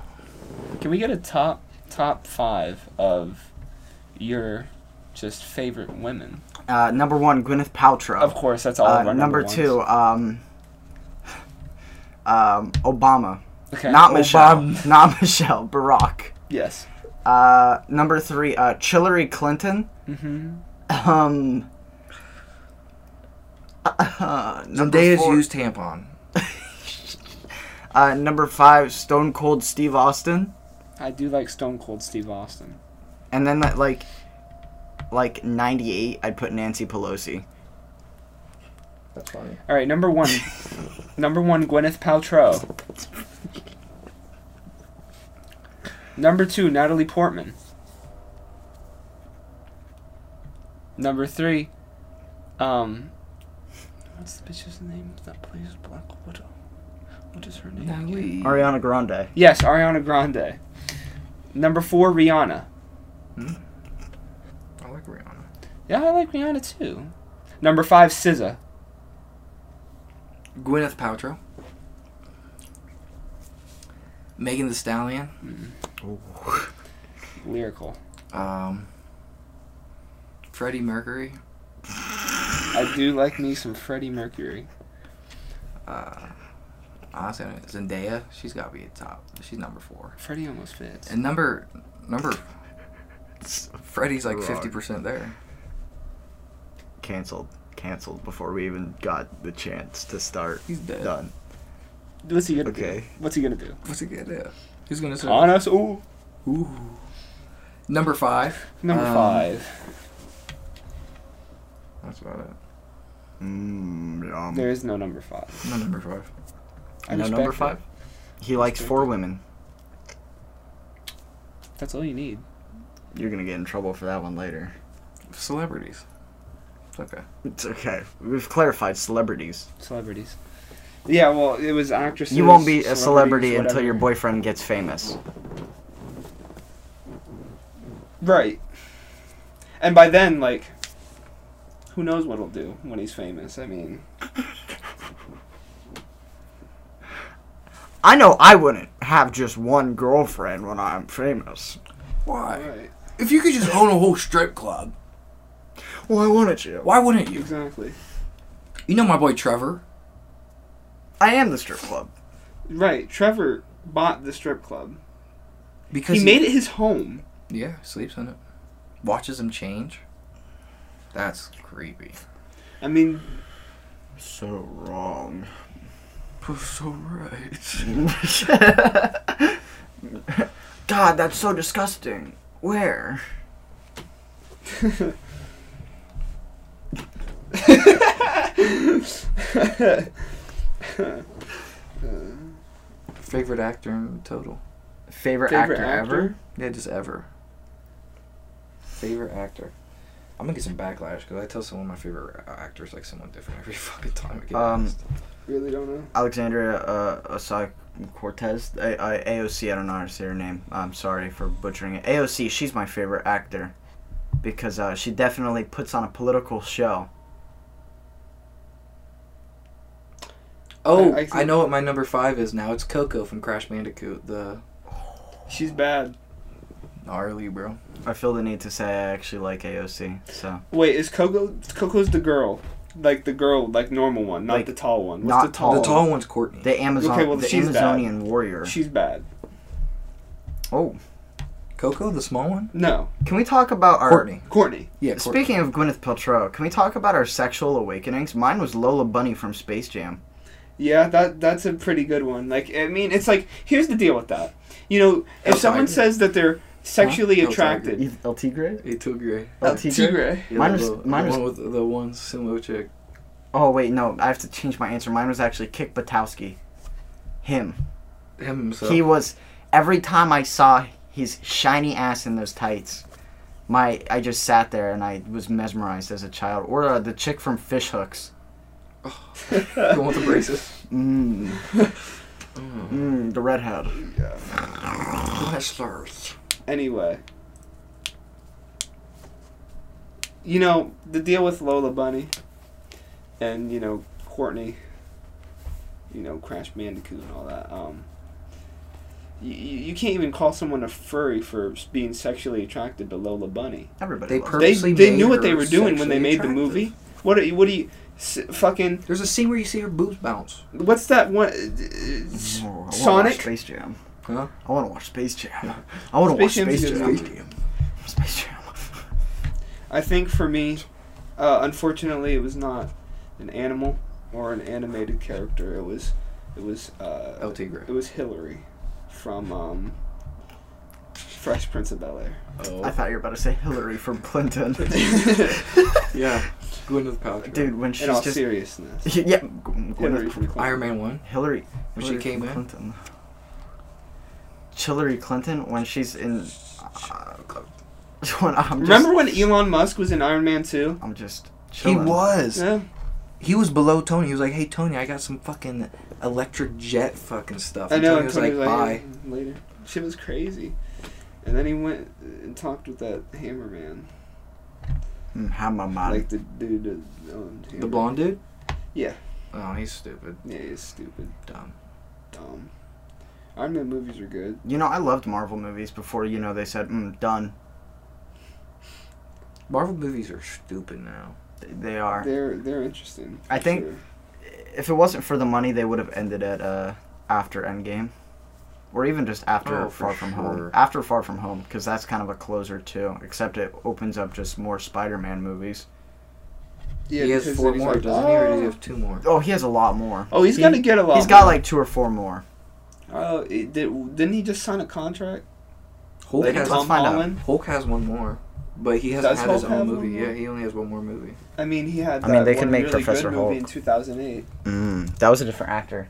S1: Can we get a top top five of your just favorite women?
S2: Uh, number one, Gwyneth Paltrow.
S1: Of course, that's all
S2: Uh,
S1: of our
S2: number
S1: ones.
S2: two, um, um, Obama.
S1: Okay.
S2: Not
S1: Obama.
S2: Michelle. Not Michelle. Barack.
S1: Yes.
S2: Uh, number three, uh, Chillery Clinton.
S1: Mm-hmm.
S2: Um. Uh, number
S3: Zendaya's
S2: four-
S3: used tampon.
S2: Uh, number five, Stone Cold Steve Austin,
S1: I do like Stone Cold Steve Austin.
S2: and then that like, like ninety eight, I'd put Nancy Pelosi.
S3: That's funny.
S1: All right, number one, number one, Gwyneth Paltrow. Number two, Natalie Portman. Number three, um, what's the bitch's name that plays Black Widow? What is her name? again?
S3: Hmm.
S2: Ariana Grande.
S1: Yes, Ariana Grande. Number four, Rihanna.
S3: I like Rihanna.
S1: Yeah, I like Rihanna too. Number five, SZA.
S3: Gwyneth Paltrow. Megan the Stallion.
S1: Lyrical.
S3: Um. Freddie Mercury.
S1: I do like me some Freddie Mercury.
S3: Uh, honestly, I don't- Zendaya. She's got to be a top. She's number four.
S1: Freddie almost fits.
S3: And number number. Freddie's like fifty percent there.
S2: Cancelled. Cancelled before we even got the chance to start.
S3: He's dead.
S2: Done.
S1: What's he gonna do?
S2: Okay.
S1: What's he gonna do?
S3: What's he gonna do? Who's gonna say?
S1: On us? Ooh.
S3: Ooh. Number five.
S1: Number
S3: Um,
S1: five.
S3: That's about it.
S2: Mm, yum.
S1: There is no number five.
S3: No number five.
S1: I
S2: You know
S1: respect
S2: number
S1: it.
S2: five? He likes four women.
S1: That's all you need.
S2: You're gonna get in trouble for that one later.
S3: Celebrities. It's okay.
S2: It's okay. We've clarified celebrities.
S1: Celebrities. Yeah, well, it was actresses.
S2: You won't be a
S1: celebrities,
S2: celebrity until
S1: whatever.
S2: your boyfriend gets famous.
S1: Right. and by then, like, who knows what he'll do when he's famous? I mean,
S2: I know I wouldn't have just one girlfriend when I'm famous.
S7: Why?
S1: right?
S7: If you could just own a whole strip club,
S2: Well, I wanted you.
S7: why wouldn't you?
S1: Exactly.
S7: You know my boy Trevor.
S2: I am the strip club.
S1: Right. Trevor bought the strip club.
S7: Because
S1: He made it his home.
S7: Yeah,
S3: Sleeps in it. Watches him change. That's creepy.
S1: I mean,
S2: So wrong.
S7: so right.
S2: God, that's so disgusting. Where?
S3: Favorite actor in total.
S2: Favorite,
S1: Favorite
S2: actor,
S1: actor?
S2: ever?
S3: Yeah, just ever. Favorite actor. I'm gonna get some backlash because I tell someone my favorite actor is like someone different every fucking time. I get
S2: Um,
S3: asked.
S1: really don't know.
S2: Alexandria uh, Osai Cortez. I, I, AOC, I don't know how to say her name. I'm sorry for butchering it. AOC, she's my favorite actor because uh, she definitely puts on a political show.
S3: Oh,
S1: I- I
S3: I,
S1: think-
S3: know what my number five is now. It's Coco from Crash Bandicoot. The
S1: She's bad.
S3: gnarly bro.
S2: I feel the need to say I actually like AOC. So
S1: Wait, is Coco? Coco's the girl, like the girl, like normal one, not
S2: Like,
S1: the tall one. What's
S2: not
S1: the tall?
S3: The
S2: Oh.
S3: tall one's Courtney.
S2: the Amazon,
S1: Okay, well,
S2: the
S1: she's bad.
S2: Amazonian warrior.
S1: She's bad.
S2: oh,
S3: Coco, the small one.
S1: No,
S2: can we talk about our?
S3: Courtney.
S1: Courtney.
S3: Yeah. Courtney.
S2: Speaking of Gwyneth Paltrow, can we talk about our sexual awakenings? Mine was Lola Bunny from Space Jam.
S1: Yeah, that that's a pretty good one. Like, I mean, it's like here's the deal with that. You know, if
S3: El
S1: someone
S3: Tiger.
S1: says that they're sexually
S3: Huh? El
S1: attracted,
S2: El Tigre?
S3: Hey, Tigre.
S2: El Tigre?
S3: Yeah,
S2: Mine
S3: the-
S2: was-
S3: the
S2: mine was-
S3: one with the one sumo chick.
S2: Oh wait, no, I have to change my answer. Mine was actually Kick Batowski. Him.
S3: Him himself.
S2: He was every time I saw his shiny ass in those tights, my I just sat there and I was mesmerized as a child. Or uh, the chick from Fish Hooks.
S3: the one with the braces.
S2: Mmm.
S3: Mm.
S2: Mmm, the redhead.
S7: Wrestlers.
S1: anyway. You know the deal with Lola Bunny, and you know Courtney. You know Crash Bandicoot and all that. Um, you, you can't even call someone a furry for s- being sexually attracted to Lola Bunny.
S2: Everybody.
S3: They
S2: loves
S3: purposely
S1: They they
S3: made
S1: knew what they
S3: her
S1: were doing when they
S3: sexually
S1: made the
S3: attractive.
S1: movie. What are you? What do you? S- fucking
S3: There's a scene where you see her boobs bounce.
S1: what's that one? uh, uh,
S2: it.
S1: s-
S2: Oh, I wanna watch
S1: Sonic.
S2: Space Jam.
S3: Huh?
S2: I want to watch Space Jam. I want to watch
S1: Space Jam's
S2: Space
S1: good.
S2: Jam.
S1: Space
S2: Space Jam.
S1: I think for me, uh, unfortunately, it was not an animal or an animated character. It was, it was, uh,
S3: El Tigre.
S1: it was Hillary from um, Fresh Prince of Bel Air.
S2: I
S3: Oh.
S2: thought you were about to say Hillary from Clinton.
S3: yeah. Gwyneth Paltrow.
S2: Dude, when she's
S1: In all
S2: just
S1: seriousness,
S2: yeah, Gwyneth
S1: Hillary from Clinton.
S3: Iron Man one.
S2: Hillary.
S3: When she
S2: Hillary
S3: came in?
S2: Clinton. Hillary Clinton when she's in. Uh, when I'm just,
S1: Remember when Elon Musk was in Iron Man 2?
S2: I'm just.
S3: He
S2: Chilling.
S3: was.
S1: Yeah.
S3: He was below Tony. He was like, "Hey Tony, I got some fucking electric jet fucking stuff."
S1: I
S3: And
S1: know.
S3: Tony
S1: and
S3: was
S1: Tony
S3: like, "Bye."
S1: "Yeah, Later. Shit was crazy. And then he went and talked with that Hammer Man.
S2: Mm, how my mind.
S1: Like the dude that owned Hammer.
S3: The blonde dude.
S1: Yeah.
S3: Oh, he's stupid.
S1: Yeah, he's stupid.
S3: Dumb.
S1: Dumb. Iron Man movies are good.
S2: you know, I loved Marvel movies before. You know, they said, mm, "Done."
S3: Marvel movies are stupid now.
S2: They- They are.
S1: They're they're interesting.
S2: I
S1: for
S2: think-
S1: sure.
S2: If it wasn't for the money, they would have ended at uh, after Endgame, or even just after
S3: Oh, for
S2: Far From Home.
S3: sure.
S2: After Far From Home, because that's kind of a closer too. Except it opens up just more Spider-Man movies.
S1: yeah,
S3: he has
S1: because
S3: four
S1: then he's
S3: more,
S1: like,
S3: doesn't he? Or does
S1: "Oh."
S3: he have two more?
S2: Oh, he has a lot more.
S1: Oh, he's
S2: He-
S1: gonna get a lot.
S2: He's got
S1: more.
S2: like two or four more.
S1: Oh, it- did, didn't he just sign a contract?
S3: Hulk
S1: Like
S3: has
S1: Tom
S2: find out.
S1: Holland.
S3: Hulk has one more, but he hasn't
S1: Does
S3: had his
S1: Hulk have
S3: own
S1: one
S3: movie.
S1: more?
S3: Yeah, he only has one more movie.
S1: I mean, he had.
S2: I
S1: That
S2: mean, they
S1: one
S2: can make
S1: really
S2: Professor
S1: good movie in
S2: Hulk.
S1: 2008.
S2: Mm, that was a different actor.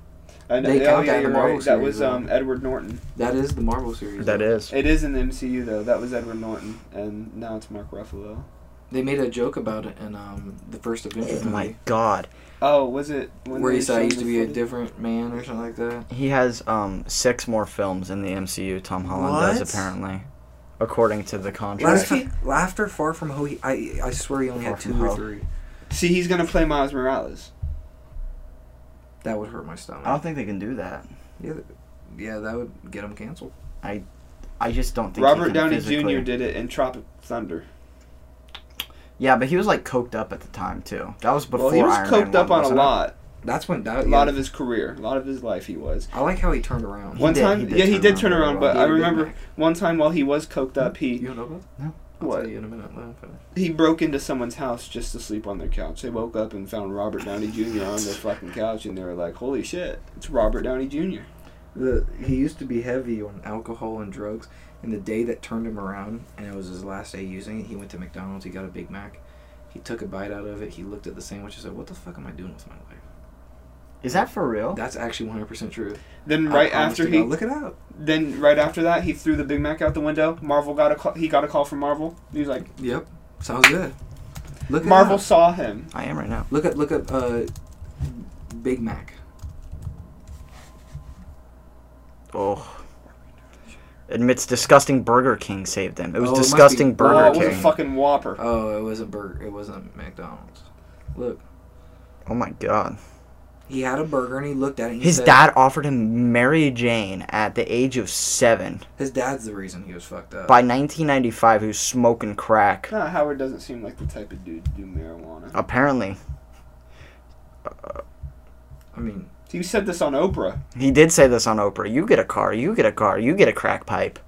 S1: I know,
S3: They
S1: oh,
S3: count that
S1: yeah,
S3: in
S1: you're
S3: the Marvel
S1: right. That
S3: series,
S1: was
S3: though.
S1: um, Edward Norton.
S3: That is the Marvel series. though.
S2: is.
S1: It is in the MCU though. That was Edward Norton, and now it's Mark Ruffalo.
S3: They made a joke about it in um, the first Avengers
S2: Oh my
S3: movie,
S2: god.
S1: Oh, was it when
S3: where
S1: they
S3: he said I
S1: showed
S3: used to
S1: the
S3: be a
S1: footage?
S3: different man or something like that.
S2: He has um six more films in the MCU. Tom Holland does
S3: What?
S2: apparently, according to the contract.
S3: Laughter, laughter far from ho. He, I I swear he only
S2: Far
S3: had
S2: From
S3: two or
S2: Ho.
S3: three.
S1: See, he's gonna play Miles Morales.
S3: That would hurt my stomach.
S2: I don't think they can do that.
S3: yeah, th- yeah, that would get him canceled.
S2: I just don't think he
S1: Robert
S2: can
S1: Downey
S2: physically-
S1: Jr. did it in Tropic Thunder.
S2: Yeah, but he was like coked up at the time too. That was before.
S1: well, he was
S2: Iron Man
S1: coked up on a
S2: 1, wasn't it?
S1: lot,
S3: That's when that
S1: a lot of his career, a lot of his life. He was.
S3: I like how he turned around.
S2: He
S1: one
S2: did-
S1: time,
S2: he did
S1: yeah, he
S2: turn
S1: did
S2: around
S1: turn
S2: really
S1: around,
S2: well.
S1: but
S3: He
S1: I
S3: did,
S1: remember
S3: Mac.
S1: one time while he was coked up, he
S3: You don't know that?
S2: No.
S3: I'll
S1: What?
S3: tell you in a minute. When I'm finished.
S1: he broke into someone's house just to sleep on their couch. They woke up and found Robert Downey Jr. on their fucking couch, and they were like, "Holy shit, it's Robert Downey Jr."
S3: The he used to be heavy on alcohol and drugs, and the day that turned him around, and it was his last day using it, he went to McDonald's. He got a Big Mac. He took a bite out of it. He looked at the sandwich and said, "What the fuck am I doing with my life?"
S2: Is that for real?
S3: That's actually one hundred percent true.
S1: Then
S3: I
S1: right
S3: promise
S1: after
S3: to
S1: he,
S3: God. look it up.
S1: then right after that, he threw the Big Mac out the window. Marvel got a call, he got a call from Marvel. He was like,
S3: Yep, sounds good. Look it
S1: Marvel
S3: up.
S1: saw him.
S2: I am right now.
S3: Look up. Look up. Uh, Big Mac.
S2: Oh. Admits disgusting Burger King saved them. It was
S3: Oh, it must be
S2: disgusting
S1: oh,
S2: Burger
S1: it was a
S2: King.
S1: fucking Whopper.
S3: Oh, it wasn't burger. It wasn't McDonald's. Look,
S2: oh my god.
S3: he had a burger and he looked at it. And he
S2: His
S3: said-
S2: dad offered him Mary Jane at the age of seven.
S3: His dad's the reason he was fucked up.
S2: By 1995, he was smoking crack.
S1: Nah, Howard doesn't seem like the type of dude to do marijuana.
S2: Apparently,
S3: I mean,
S1: He said this on Oprah.
S2: he did say this on Oprah. You get a car. You get a car. You get a crack pipe.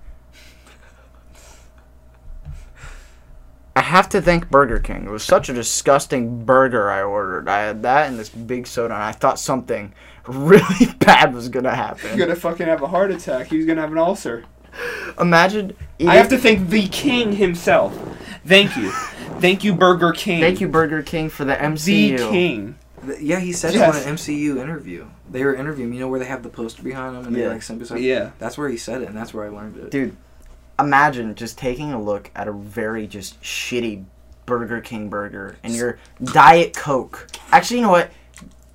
S2: I have to thank Burger King. It was such a disgusting burger I ordered. I had that and this big soda, and I thought something really bad was gonna
S1: He's
S2: happen.
S1: gonna fucking have a heart attack. He's gonna have an ulcer.
S2: Imagine. Eating,
S1: I have to thank the king himself. Thank you, thank you, Burger King.
S2: thank you, Burger King, for the
S1: the
S2: MCU.
S1: king.
S3: th- yeah, he said
S1: Yes.
S3: it on an MCU interview. They were interviewing. You know where they have the poster behind him and
S2: Yeah.
S3: they like sent beside.
S1: Yeah.
S3: That's where he said it, and that's where I learned it.
S2: Dude. Imagine just taking a look at a very just shitty Burger King burger and your Diet Coke. Actually, you know what?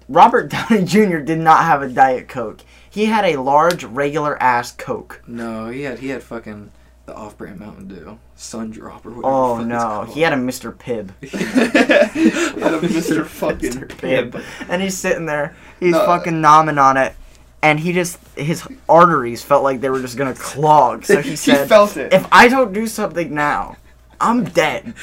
S2: Robert Downey Jr. did not have a Diet Coke. He had a large, regular ass Coke.
S3: No, he had he had fucking the off-brand Mountain Dew, Sun Drop or whatever.
S2: Oh
S3: the fuck it's
S2: no,
S3: called.
S2: he had a Mr. Pibb.
S1: Out of Mr. Fucking Pib.
S2: And he's sitting there, he's
S1: No.
S2: fucking nomming on it, and he just, his arteries felt like they were just gonna clog. So he
S1: He
S2: said,
S1: felt it.
S2: If I don't do something now, I'm dead.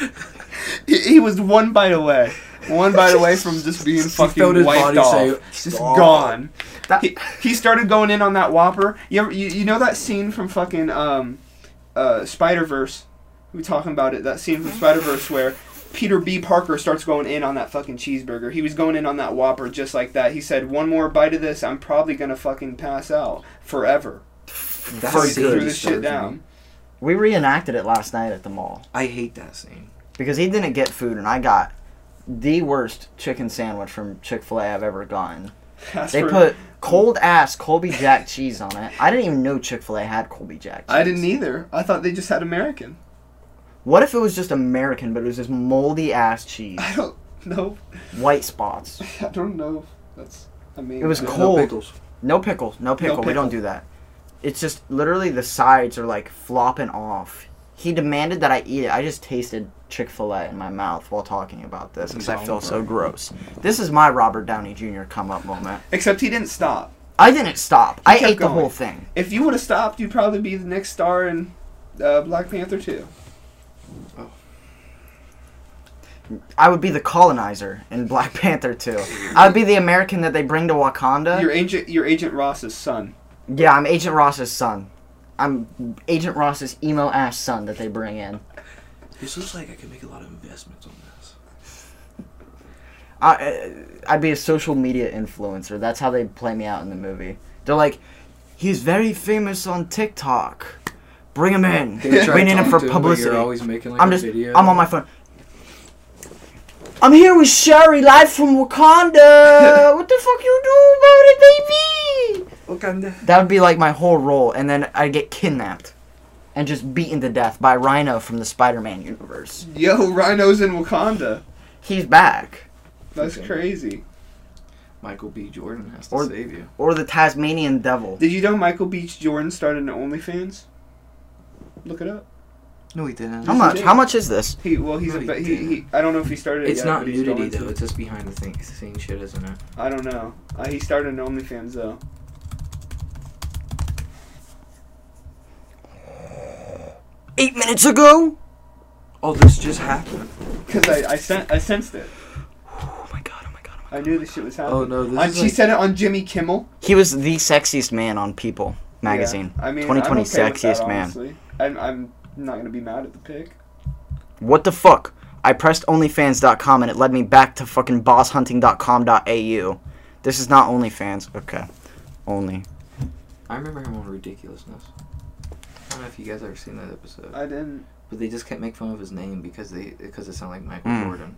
S1: He he was one bite away. One bite away from just being
S3: felt
S1: fucking
S3: his
S1: wiped
S3: body
S1: off.
S3: say,
S1: just
S3: "Stop."
S1: gone.
S2: That-
S1: He, he started going in on that Whopper. You, ever, you, you know that scene from fucking um, uh, Spider Verse? We talking about it. That scene from Spider Verse where Peter B. Parker starts going in on that fucking cheeseburger. He was going in on that Whopper just like that. He said, "One more bite of this, I'm probably gonna fucking pass out forever."
S3: That
S1: So he
S3: scene
S1: threw
S3: disturbs
S1: this shit
S3: me.
S1: down.
S2: We reenacted it last night at the mall.
S3: I hate that scene.
S2: because he didn't get food and I got the worst chicken sandwich from Chick Fil A I've ever gotten.
S1: Asked
S2: They
S1: for-
S2: put cold ass Colby Jack cheese on it. I didn't even know Chick Fil A had Colby Jack. Cheese.
S1: I didn't either. I thought they just had American.
S2: What if it was just American, but it was this moldy ass cheese,
S1: I don't know.
S2: white spots,
S1: I don't know. if That's. I mean.
S2: It was
S1: I-
S3: There's
S2: Cold.
S3: No pickles.
S2: no pickles, no pickle. We
S1: pickle.
S2: don't do that. It's just literally the sides are like flopping off. He demanded that I eat it. I just tasted Chick Fil A in my mouth while talking about this because I feel so gross. This is my Robert Downey Jr. come up moment.
S1: Except he didn't stop.
S2: I didn't stop. I
S1: kept
S2: ate the
S1: going.
S2: whole thing.
S1: If you would have stopped, you'd probably be the next star in uh, Black Panther 2.
S2: I would be the colonizer in Black Panther 2. I would be the American that they bring to Wakanda.
S1: Your agent, your agent Ross's son.
S2: yeah, I'm Agent Ross's son. I'm Agent Ross's emo ass son that they bring in.
S7: This looks like I could make a lot of investments on this.
S2: I, uh, I'd be a social media influencer. That's how they play me out in the movie. They're like, he's very famous on TikTok. Bring him in.
S3: They try
S2: We need
S3: to
S2: him for
S3: talk to but
S2: publicity.
S3: You're always making like
S2: I'm
S3: a
S2: just.
S3: video.
S2: I'm on my phone. I'm here with Sherry live from Wakanda. what the fuck you do about it, baby?
S3: Look, I'm the-
S2: That would be like my whole role, and then I get kidnapped and just beaten to death by Rhino from the Spider-Man universe.
S1: Yo, Rhino's in Wakanda.
S2: He's back,
S1: That's
S3: Okay.
S1: crazy.
S3: Michael B. Jordan has to
S2: Or-
S3: save you.
S2: or the Tasmanian Devil.
S1: Did you know Michael Beach Jordan started an OnlyFans? Look it up.
S3: No, he didn't.
S2: How much? How much is this?
S1: He well, he's
S3: No,
S1: a,
S3: he
S1: but he,
S3: didn't.
S1: he I don't know if he started. it
S3: It's
S1: yet,
S3: not
S1: but he's
S3: nudity
S1: going to.
S3: though. It's just behind the thing, scene shit, isn't it?
S1: I don't know. Uh, he started an OnlyFans though.
S2: Eight minutes ago?
S3: Oh, this just happened.
S1: Cause I I, sen- I sensed it.
S2: Oh my god! Oh my god! Oh my
S1: I knew this shit was happening.
S3: Oh, no, this
S1: On-
S3: is
S1: she
S3: like-
S1: said it on Jimmy Kimmel
S2: He was the sexiest man on People
S1: Yeah.
S2: magazine.
S1: I mean,
S2: 2020
S1: I'm okay with that,
S2: sexiest man.
S1: honestly. I'm I'm not gonna be mad at the pick.
S2: What the fuck? I pressed OnlyFans.com and it led me back to fucking BossHunting.com.au. This is not OnlyFans. Okay, only.
S3: I remember him on Ridiculousness. I don't know if you guys ever seen that episode,
S1: I didn't.
S3: but they just can't make fun of his name because they because it sounded like Michael
S2: Mm.
S3: Jordan.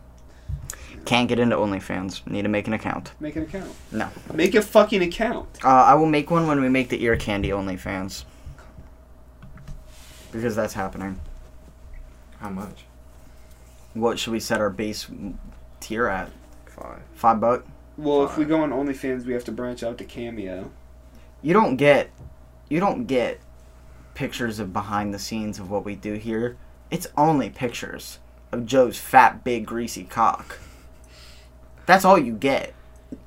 S2: Can't get into OnlyFans. Need to make an account.
S1: Make an account.
S2: No.
S1: Make a fucking account.
S2: Uh, I will make one when we make the ear candy OnlyFans. Because that's happening.
S3: How much?
S2: What should we set our base tier at?
S3: Five.
S2: Five buck?
S1: Well, if we go on OnlyFans, we have to branch out to Cameo.
S2: You don't get, you don't get pictures of behind the scenes of what we do here. It's only pictures of Joe's fat, big, greasy cock. That's all you get.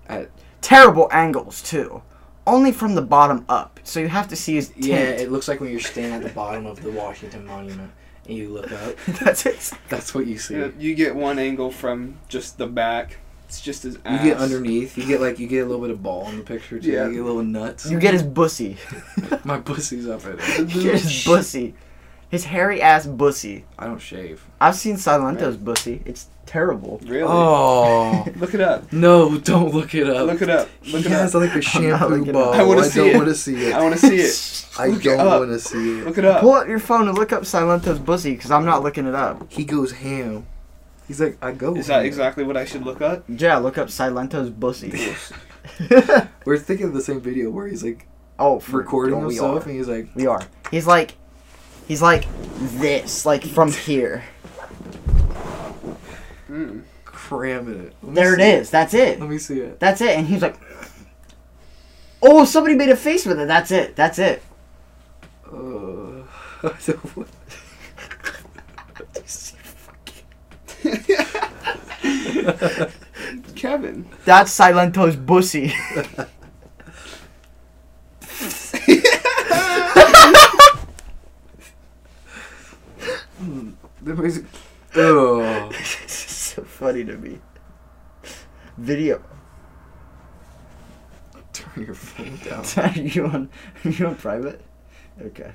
S3: At-
S2: Terrible angles too. Only from the bottom up, so you have to see his tint.
S3: Yeah, it looks like when you're standing at the bottom of the Washington Monument and you look up.
S2: that's it.
S3: That's what you see.
S1: Yeah, Uh, You get one angle from just the back. It's just his
S3: You
S1: ass.
S3: get underneath. You get like you get a little bit of ball in the picture too.
S1: Yeah.
S3: You get a little nuts.
S2: You get his bussy.
S3: My pussy's up at
S2: You
S3: it.
S2: get his bussy. His hairy ass bussy.
S3: I don't shave.
S2: I've seen Silento's bussy. It's terrible.
S1: Really?
S3: Oh
S1: Look it up.
S3: no! Don't look it up.
S1: Look it up. Look it
S3: he
S1: up.
S3: has like a shampoo
S2: looking it up.
S3: ball.
S1: I
S3: I,
S1: wanna see
S3: don't
S1: it.
S3: want to see it.
S1: I want to see it.
S3: I
S1: Look it
S3: don't
S1: up.
S3: want to see it.
S1: Look it up.
S2: Pull out your phone and look up Silento's bussy because I'm not looking it up.
S3: He goes ham. He's like, I go.
S1: Is that
S3: ham.
S1: exactly what I should look up?
S2: Yeah, look up Silento's bussy.
S3: We're thinking of the same video where he's like
S2: oh, for,
S3: recording
S2: oh, we
S3: himself,
S2: Are.
S3: and he's like,
S2: We are. He's like, he's like this, like from here.
S1: Mm.
S3: cramming it. Let me
S2: There it
S3: see
S2: is. That's it.
S3: Let me see it.
S2: That's it. And he's like, oh, somebody made a face with it. That's it. That's it.
S3: Uh, I don't want.
S1: Kevin.
S2: That's Silento's bussy.
S3: The music. Oh.
S2: so funny to me. Video.
S3: Turn your phone down.
S2: Are you on? Are you on private? Okay.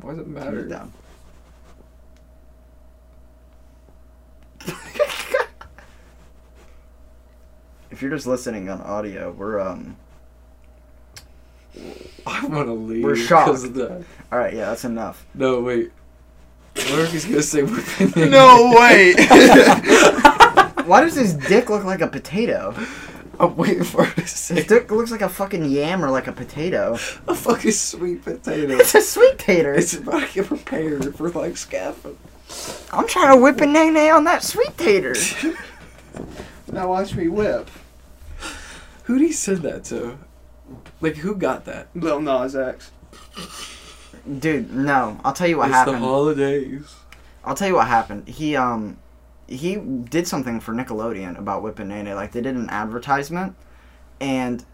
S3: Why does it
S2: Turn it
S3: matter?
S2: down. if you're just listening on audio, we're um.
S3: I want to leave.
S2: We're shocked.
S3: 'cause of that.
S2: All right, yeah, that's enough.
S3: No, wait. I wonder if he's gonna say we're connected.
S1: way.
S2: Why does his dick look like a potato?
S3: I'm waiting for it to
S2: His
S3: say
S2: dick looks like a fucking yam or like a potato.
S3: a fucking sweet potato.
S2: It's a sweet tater.
S3: It's about to get prepared for like scaffing.
S2: I'm trying to whip a nay nay on that sweet tater.
S1: now watch me whip.
S3: Who did he send that to? Like who got that?
S1: Lil Nas X.
S2: Dude, no. I'll tell you what
S3: it's
S2: happened.
S3: the holidays.
S2: I'll tell you what happened. He um he did something for Nickelodeon about Whippin' Nene. Like they did an advertisement, and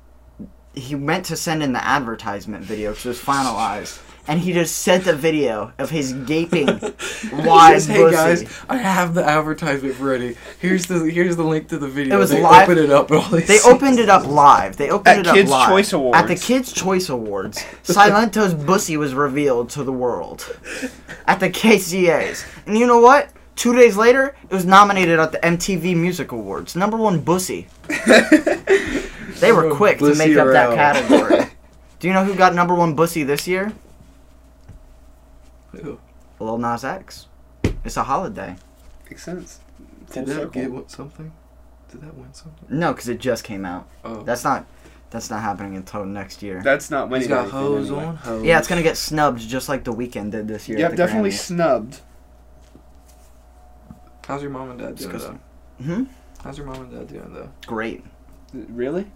S2: he meant to send in the advertisement video because it was finalized, and he just sent the video of his gaping
S3: He
S2: wide
S3: says, hey
S2: pussy.
S3: guys, I have the advertisement ready. Here's the here's the link to the video.
S2: It was
S3: they
S2: live-
S3: opened it up. And all they
S2: They
S3: see-
S2: opened it up live. They opened
S1: At
S2: it up
S1: Kids'
S2: live
S1: Choice Awards.
S2: at the Kids Choice Awards. Silento's bussy was revealed to the world at the KCAs, and you know what? Two days later, it was nominated at the MTV Music Awards, number one bussy. They were
S3: Oh,
S2: quick to
S3: bussy
S2: make up that
S3: around.
S2: category. Do you know who got number one bussy this year?
S3: Ew.
S2: Lil Nas X. It's a holiday.
S1: Makes sense. Full
S3: Did that
S1: circle.
S3: get what, something? Did that win something?
S2: No, because it just came out.
S3: Oh,
S2: That's not. That's not happening until next year.
S1: That's not winning.
S3: he's got
S1: anything
S3: hose
S1: anyway.
S3: on hose.
S2: Yeah, it's gonna get snubbed just like The Weeknd did this year.
S1: Yeah,
S2: at the
S1: definitely
S2: Grammys.
S1: snubbed.
S3: How's your mom and dad doing
S2: Disgusting.
S3: though?
S2: Hmm?
S3: How's your mom and dad doing though?
S2: Great.
S1: Really?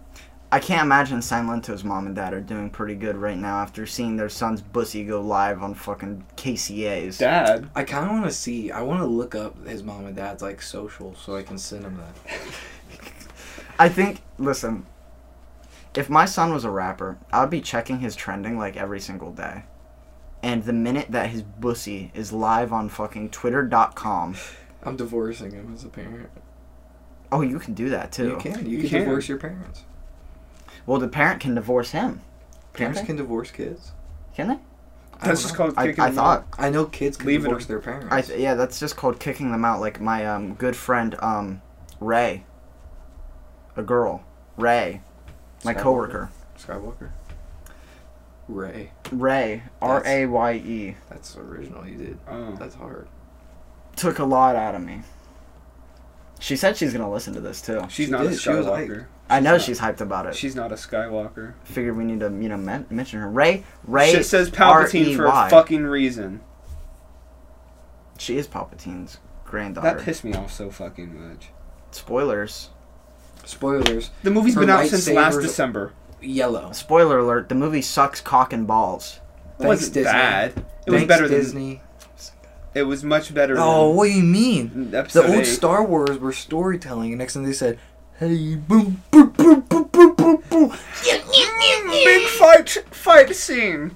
S2: I can't imagine San Lento's mom and dad are doing pretty good right now after seeing their son's bussy go live on fucking KCA's.
S1: Dad.
S3: I kind of want to see. I want to look up his mom and dad's like social so I can send him that.
S2: I think, listen, if my son was a rapper, I'd be checking his trending like every single day. And the minute that his bussy is live on fucking twitter.com,
S3: I'm divorcing him as a parent.
S2: oh, you can do that too.
S3: You can. You,
S1: You
S3: can,
S1: can.
S3: divorce your parents.
S2: Well, the parent can divorce him.
S3: Parents
S2: they?
S3: can divorce kids.
S2: Can they?
S3: I
S1: That's
S3: don't
S1: just
S3: know.
S1: called
S2: I,
S1: kicking
S2: I
S1: the
S2: thought.
S3: I know kids can
S1: Leave it
S3: divorce
S1: up-
S3: their parents.
S2: I th- yeah, that's just called kicking them out. Like my um, good friend um, Ray, a girl, Ray, my
S3: Skywalker.
S2: coworker,
S3: Skywalker. Ray.
S2: Ray R A Y E,
S3: That's original. You did.
S1: Oh.
S3: That's hard.
S2: took a lot out of me. She said she's gonna listen to this too.
S1: She's
S3: She
S1: not a
S3: did. She was like-
S1: Skywalker.
S2: I know
S1: not-
S2: she's hyped about it.
S1: She's not a Skywalker.
S2: Figured we need to you know men- mention her. Ray Ray.
S1: Shit says Palpatine for
S2: R E Y.
S1: a fucking reason.
S2: She is Palpatine's granddaughter.
S1: That pissed me off so fucking much.
S2: Spoilers.
S3: Spoilers.
S1: The movie's
S3: Her
S1: been out since last
S3: lightsabers-
S1: December.
S3: Yellow.
S2: Spoiler alert. The movie sucks cock and balls.
S1: It wasn't
S3: Disney.
S1: bad. It was
S3: Thanks,
S1: better than.
S3: Disney.
S1: It was much better.
S3: Oh, what do you mean?
S1: than
S3: The
S1: episode
S3: old
S1: eight.
S3: Star Wars were storytelling, and next thing they said, "Hey, boom, boom, boom, boom, boom, boom, boom."
S1: big fight fight scene.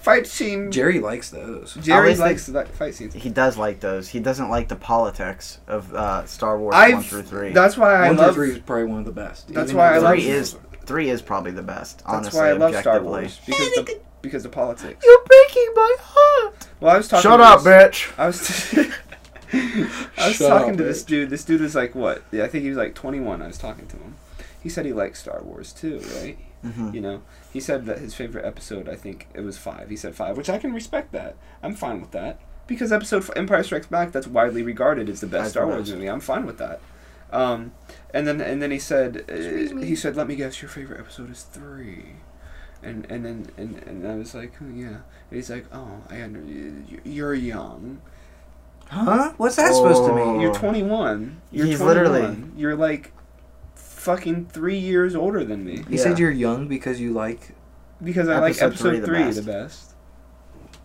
S1: Fight scene.
S3: Jerry likes those.
S1: Jerry
S2: Always
S1: likes the fight scenes.
S2: He does like those. He doesn't like the politics of uh, Star Wars
S1: I
S2: one through three.
S1: that's why I
S3: one
S1: love
S3: through three is probably one of the best.
S1: That's
S3: even
S1: why
S3: though
S1: I
S2: three
S1: love-
S2: is three is probably the best.
S1: that's
S2: Honestly,
S1: why I love Star
S2: objectively.
S1: Wars because the because of politics.
S2: You're breaking my heart.
S1: Well, I was talking.
S2: Shut
S1: to
S2: up,
S1: this-
S2: bitch.
S1: I was. I was
S3: Shut
S1: talking
S3: up,
S1: to this
S3: bitch.
S1: dude. This dude is like what? Yeah, I think he was like 21. I was talking to him. He said he likes Star Wars too, right?
S3: Mm-hmm.
S2: Mhm.
S1: You know, he said that his favorite episode. I think it was five. He said five, which I can respect that. I'm fine with that because episode f- Empire Strikes Back that's widely regarded as the best
S3: That's
S1: Star
S3: the
S1: Wars
S3: best.
S1: movie. I'm fine with that. Um, and then and then he said uh, he said, "Let me guess, your favorite episode is three. And and then and, and I was like, "Hmm, yeah. And he's like, oh, I under you- you're young.
S3: Huh? What's that supposed to mean?
S1: You're
S2: Oh.
S1: 21. You're
S2: He's
S1: 21.
S2: literally-
S1: You're like fucking three years older than me
S3: You
S2: Yeah.
S3: said you're young because you like.
S1: because I like
S2: Episode
S1: episode
S2: three
S1: three,
S2: the
S1: the,
S2: best.
S1: best.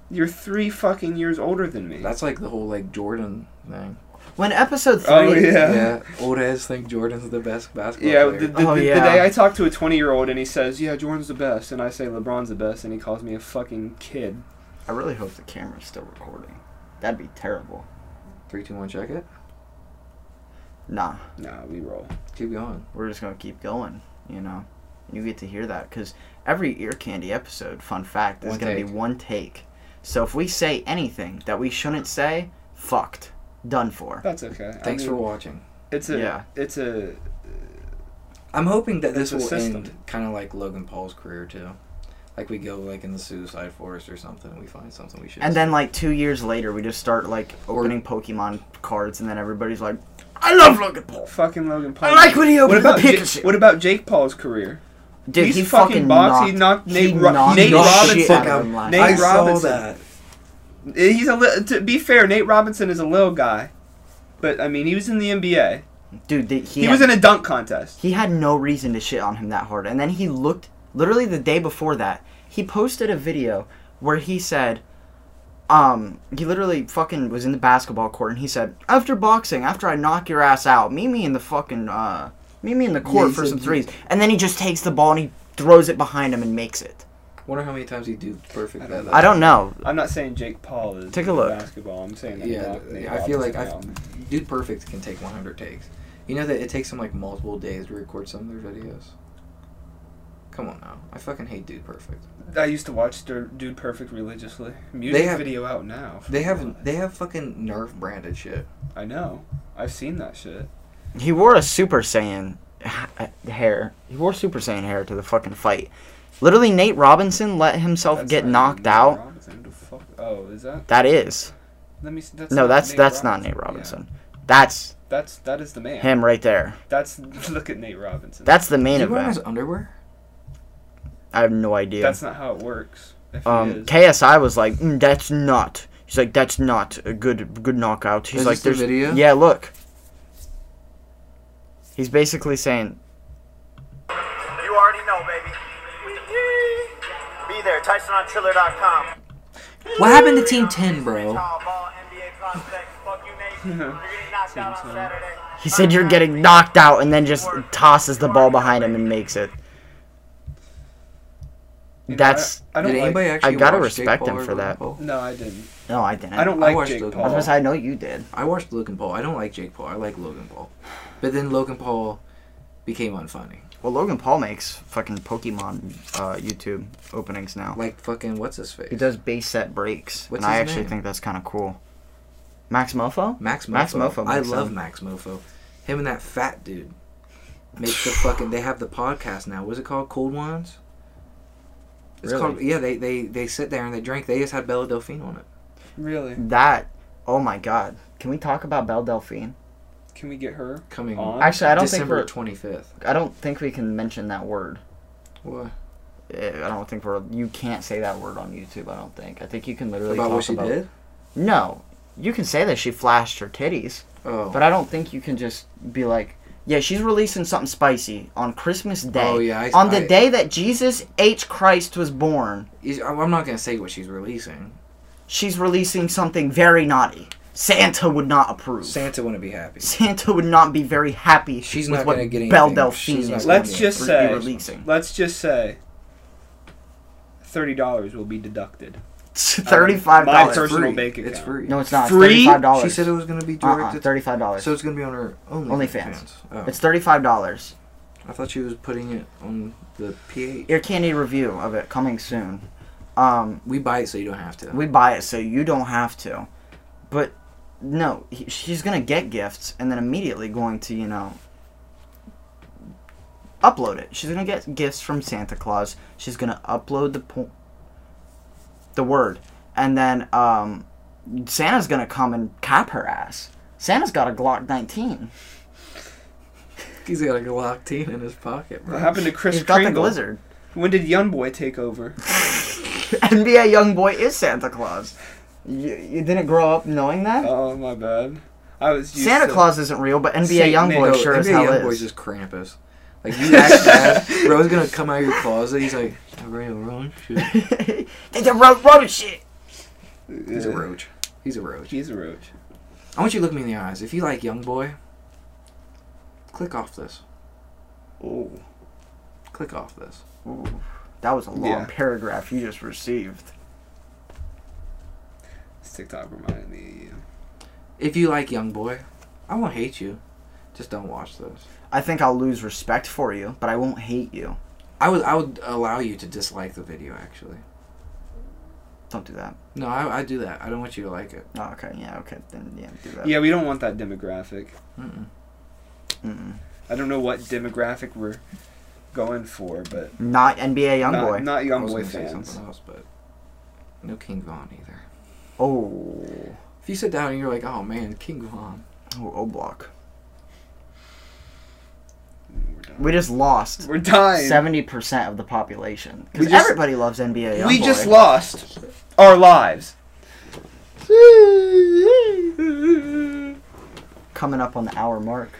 S1: You're three fucking years older than me.
S3: That's like the whole like Jordan thing.
S2: When episode three,
S1: oh yeah.
S3: Yeah, old heads think Jordan's the best basketball
S1: Yeah,
S3: player.
S1: the, the,
S2: Oh,
S1: the- the
S2: yeah.
S1: day I talk to a 20 year old and he says, Yeah, Jordan's the best, and I say LeBron's the best, and he calls me a fucking kid.
S2: I really hope the camera's still recording. That'd be terrible.
S3: Three, two, one, check it.
S2: Nah,
S1: Nah, we roll.
S3: Keep going.
S2: we're just gonna keep going. You know, you get to hear that because every ear candy episode, fun fact, is
S3: One
S2: gonna be
S3: take.
S2: one take. So if we say anything that we shouldn't say, fucked, done for.
S1: That's okay. I
S3: Thanks for
S1: mean,
S3: watching.
S1: It's a.
S2: Yeah.
S1: It's a.
S3: I'm hoping that
S1: It's
S3: this
S1: a
S3: will
S1: system.
S3: end kind of like Logan Paul's career too. Like we go like in the suicide forest or something, and we find something we should.
S2: And
S3: say.
S2: then like two years later, we just start like opening Pokemon cards, and then everybody's like, "I love Logan Paul."
S1: Fucking Logan Paul.
S2: I like when he
S1: What
S2: opened
S1: about,
S2: the
S1: Ja-
S2: Pikachu.
S1: what about Jake Paul's career?
S2: Dude,
S1: He's
S2: he
S1: fucking
S2: fucking
S1: boxed, he knocked
S2: knocked.
S1: Nate Ro- Nate
S2: the
S1: Robinson
S2: shit out
S1: fucking-
S2: of him last
S1: Nate
S2: night.
S3: I saw
S1: Robinson.
S3: that.
S1: He's a. Li- to be fair, Nate Robinson is a little guy, but I mean, he was in the NBA.
S2: Dude, did- he,
S1: He
S2: had,
S1: was in a dunk contest.
S2: he had no reason to shit on him that hard. And then he looked literally the day before that. He posted a video where he said, um, he literally fucking was in the basketball court and he said, after boxing, after I knock your ass out, meet me in the fucking uh, meet me in the court
S3: he
S2: for
S3: said
S2: some
S3: he-
S2: threes. And then he just takes the ball and he throws it behind him and makes it.
S3: Wonder how many times he do perfect that.
S2: I don't know.
S1: I'm not saying Jake Paul is
S2: Take a look.
S1: basketball. I'm saying that he
S3: Yeah,
S1: knocked Nate
S3: I feel like I,
S1: Robinson out.
S3: dude perfect can take 100 takes. You know that it takes him like multiple days to record some of their videos. Come on now, I fucking hate dude perfect.
S1: I used to watch Dur- Dude Perfect religiously. Music
S3: They have-
S1: video out now.
S3: They have they have fucking Nerf branded shit.
S1: I know. I've seen that shit.
S2: He wore a Super Saiyan hair. He wore Super Saiyan hair to the fucking fight. Literally, Nate Robinson let himself
S1: That's
S2: get
S1: not
S2: knocked
S1: Nate
S2: out.
S1: Robinson. Who the fuck- Oh, is that?
S2: That is
S1: Let me. s- That's
S2: no,
S1: not
S2: that's
S1: Nate
S2: that's not Nate
S1: Yeah.
S2: Robinson. That's
S1: That's that is the man.
S2: him right there.
S1: That's look at Nate Robinson.
S2: That's the main
S3: Is he wearing his
S2: event.
S3: underwear?
S2: I have no idea.
S1: That's not how it works. If he
S2: Um,
S1: is.
S2: KSI was like, mm, that's not. He's like, that's not a good good knockout. He's
S3: Is
S2: like,
S3: this the
S2: there's
S3: video?
S2: yeah, look. He's basically saying,
S8: You are baby. Be there, TysonOnTriller.com.
S3: What happened to Team 10, bro?
S8: Tall ball, NBA prospect. Fuck you, Nate. You're getting knocked out on Saturday.
S2: He said you're getting knocked out and then just tosses the ball behind him and makes it.
S1: You know,
S2: That's
S1: I, I don't
S3: Did
S1: like,
S3: anybody
S2: I
S3: actually
S2: gotta
S3: watch Jake
S2: respect him
S3: Paul or
S2: for
S3: Logan
S2: that.
S3: Paul?
S1: No, I didn't.
S2: no, I didn't.
S1: I don't
S3: I
S1: like
S3: watched
S1: Jake
S3: Logan
S2: I was
S1: Paul.
S2: gonna say I know you did.
S3: I watched Logan Paul. I don't like Jake Paul. I like Logan Paul. But then Logan Paul became unfunny.
S2: Well, Logan Paul makes fucking Pokemon uh, YouTube openings now.
S3: Like fucking what's his face?
S2: He does base set breaks,
S3: What's
S2: and I
S3: his
S2: actually
S3: name?
S2: think that's kind of cool. Max Mofo?
S3: Max Mofo.
S2: Max Mofo
S3: I
S2: makes
S3: love
S2: them.
S3: Max Mofo. Him and that fat dude make the fucking. They have the podcast now. What's it called? Cold Ones. It's
S2: Really?
S3: called. Yeah, they they they sit there and they drink. They just had Bella Delphine on it.
S1: Really?
S2: That. Oh my God. Can we talk about Belle Delphine?
S1: Can we get her
S3: Coming
S1: on?
S2: Actually, I don't
S3: December
S2: think
S3: twenty fifth.
S2: we're. I don't think we can mention that word.
S3: What
S2: Eh, I don't think we're. You can't say that word on YouTube. I don't think. I think you can literally
S3: about
S2: talk
S3: what she
S2: about.
S3: did?
S2: No, you can say that she flashed her titties,
S3: Oh,
S2: but I don't think you can just be like, yeah, she's releasing something spicy on Christmas Day.
S3: Oh, yeah, I-
S2: on the
S3: I-
S2: day that Jesus H Christ was born,
S3: Is- I'm I'm not gonna say what she's releasing.
S2: she's releasing something very naughty. Santa would not approve.
S3: Santa wouldn't be happy.
S2: Santa would not be very happy.
S3: She's
S2: with
S3: not
S2: what
S3: gonna get
S2: Belle
S3: anything.
S2: Delphine
S3: She's not
S2: is
S3: gonna
S1: Let's
S2: gonna
S1: just
S2: be
S1: say-
S2: releasing
S1: Let's just say thirty dollars will be deducted.
S2: thirty-five
S1: My
S2: dollars.
S1: personal
S3: free.
S1: bank
S3: It's
S1: account.
S3: free.
S2: No, it's not. It's
S1: Free?
S2: Thirty-five dollars.
S3: She said it was gonna be
S2: uh-uh,
S3: directed.
S2: thirty-five dollars.
S3: So it's gonna be on her only
S2: OnlyFans.
S3: Oh.
S2: it's thirty-five dollars.
S3: I thought she was putting it on the PH.
S2: Ear Candy review of it coming soon. Um,
S3: We buy it so you don't have to.
S2: we buy it so you don't have to. But no, he, she's gonna get gifts and then immediately going to you know upload it. She's gonna get gifts from Santa Claus. She's gonna upload the po- the word, and then um, Santa's gonna come and cap her ass. Santa's got a Glock 19.
S3: He's got a Glock 10 in his pocket,
S1: What
S3: bro.
S1: happened to Chris
S2: He's got the
S1: Kringle?
S2: Blizzard.
S1: When did YoungBoy take over?
S2: NBA YoungBoy is Santa Claus. You, you didn't grow up knowing that?
S1: oh my bad. I was used
S2: Santa
S1: to-
S2: Claus isn't real, but NBA
S1: Saint
S2: YoungBoy
S1: Nick.
S2: sure as
S3: NBA
S2: hell
S3: Youngboy's
S2: is.
S3: just Krampus. Like you act bad, bro's gonna come out of your closet. He's like, a real roach. He's
S2: That's a road, road shit.
S3: a
S1: Uh,
S3: roach. He's a roach.
S1: He's a roach.
S3: I want you to look me in the eyes. If you like Young Boy, click off this.
S1: Oh.
S3: Click off this.
S2: Ooh, that was a long
S1: Yeah.
S2: paragraph you just received.
S1: This TikTok reminded me.
S3: If you like Young Boy, I won't hate you. Just don't watch this.
S2: I think I'll lose respect for you, but I won't hate you.
S3: I would I would allow you to dislike the video actually.
S2: Don't do that.
S3: No, I, I do that. I don't want you to like it.
S2: Oh, okay, yeah, okay, then yeah, do that.
S1: Yeah, we don't want that demographic.
S3: Mm-mm.
S2: Mm-mm.
S1: I don't know what demographic we're going for, but
S2: Not
S1: not,
S2: NBA YoungBoy.
S1: not
S3: I was
S1: YoungBoy
S3: gonna say
S1: fans.
S3: something else, but no King Von either.
S2: Oh,
S3: If you sit down and you're like, oh man, King Von.
S2: oh, O Block.
S1: We're done.
S2: We just lost
S1: We're dying.
S2: seventy percent of the population
S1: We
S2: because
S1: just-
S2: everybody loves NBA YoungBoy.
S1: we just lost our lives.
S2: coming up on the hour mark.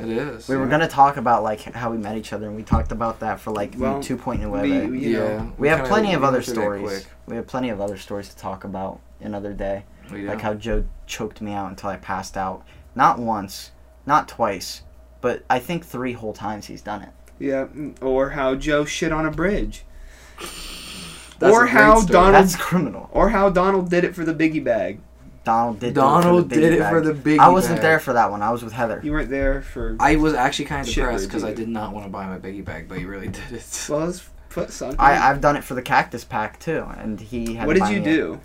S3: It is.
S2: We were gonna talk about like how we met each other, and we talked about that for like
S1: Well,
S2: two point
S1: We,
S2: eleven.
S1: we-
S2: We,
S1: you
S3: yeah.
S1: know,
S3: we
S2: have
S3: kinda-
S2: plenty
S3: we
S2: of
S3: went
S2: other
S3: through that
S2: stories.
S3: quick.
S2: We have plenty of other stories to talk about another day,
S3: We
S2: like
S3: do.
S2: how Joe choked me out until I passed out. Not once, not twice, but I think three whole times he's done it.
S1: yeah, or how Joe shit on a bridge,
S3: That's
S1: or
S3: a great
S1: how
S3: story.
S1: Donald,
S2: That's criminal.
S1: or how Donald did it for the biggie bag.
S2: Donald did.
S3: Donald
S2: do it for the
S3: did
S2: biggie
S3: it for
S2: bag.
S3: the big.
S2: I wasn't there for that one. I was with Heather.
S1: You weren't there for
S3: I was actually kind of
S1: Shit,
S3: depressed because I
S1: dude.
S3: did not want to buy my biggie bag, but you really did it.
S1: well, his foot sunk.
S2: I, I've done it for the cactus pack too, and he had.
S1: what
S2: to
S1: did
S2: buy
S1: you
S3: uh,
S2: me a-
S1: do?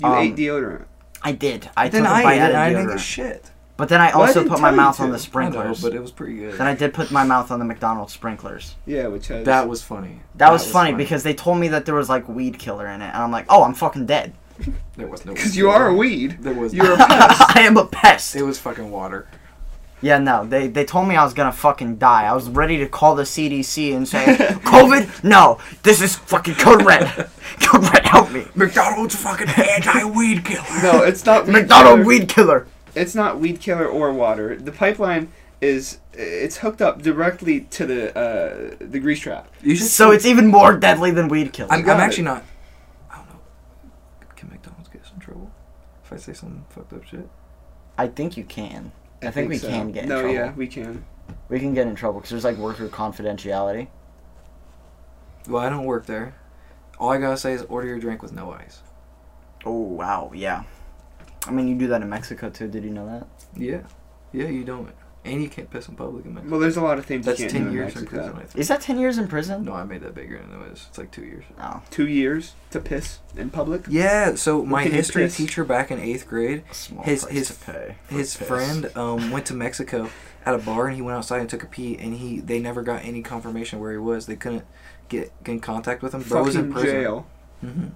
S1: You
S2: Um,
S1: ate deodorant.
S2: I did. I
S3: then
S2: took a
S3: I
S2: bite
S3: ate it
S2: out of
S3: and I didn't
S2: deodorant.
S3: get shit.
S2: But then I
S1: Well, I
S2: also
S1: didn't
S2: put my
S1: tell you
S2: mouth
S1: to.
S2: on the
S3: I know,
S2: sprinklers.
S3: but it was pretty good.
S2: Then I did put my mouth on the McDonald's sprinklers.
S1: Yeah, which has
S3: that was funny.
S2: That, was, funny, because they told me that there was like weed killer in it, and I'm like, oh, I'm fucking dead.
S3: there was no.
S1: because you are a weed.
S3: There was.
S1: You're a-
S2: I am a pest.
S3: it was fucking water.
S2: Yeah, no, they they told me I was gonna fucking die. I was ready to call the CDC and say, COVID, no, this is fucking code red. Code red, help me.
S3: McDonald's fucking anti-weed killer.
S1: No, it's not weed
S2: McDonald
S1: killer.
S2: weed killer.
S1: It's not weed killer or water. The pipeline is it's hooked up directly to the uh, the grease trap.
S3: You should.
S2: So it's even more deadly than weed killer.
S3: I'm,
S1: got
S3: I'm
S1: it.
S3: actually not. I don't know. Can McDonald's get us in trouble if I say some fucked up shit?
S2: I think you can. I, think, we
S1: so.
S2: can get in
S1: no,
S2: trouble.
S1: yeah, we can.
S2: We can get in trouble because there's like worker confidentiality.
S3: Well, I don't work there. All I gotta say is order your drink with no ice.
S2: Oh wow, yeah. I mean, you do that in Mexico too. Did you know that?
S3: Yeah, yeah, you don't. And you can't piss in public in Mexico.
S1: Well, there's a lot of things
S3: That's
S1: you can't
S3: ten
S1: do
S3: years in
S1: Mexico.
S3: prison. I think.
S2: Is that ten years in prison?
S3: No, I made that bigger than it was. It's like two years.
S2: No.
S1: Two years to piss in public.
S3: Yeah. So my
S1: can you
S3: history
S1: piss?
S3: teacher back in eighth grade,
S2: a small
S3: His-
S2: price
S3: his-
S2: to pay for
S3: his
S2: piss.
S3: friend um, went to Mexico at a bar and he went outside and took a pee and he they never got any confirmation where he was. They couldn't get, get in contact with him. Bro was in
S1: Fucking
S3: prison.
S1: jail.
S3: hmm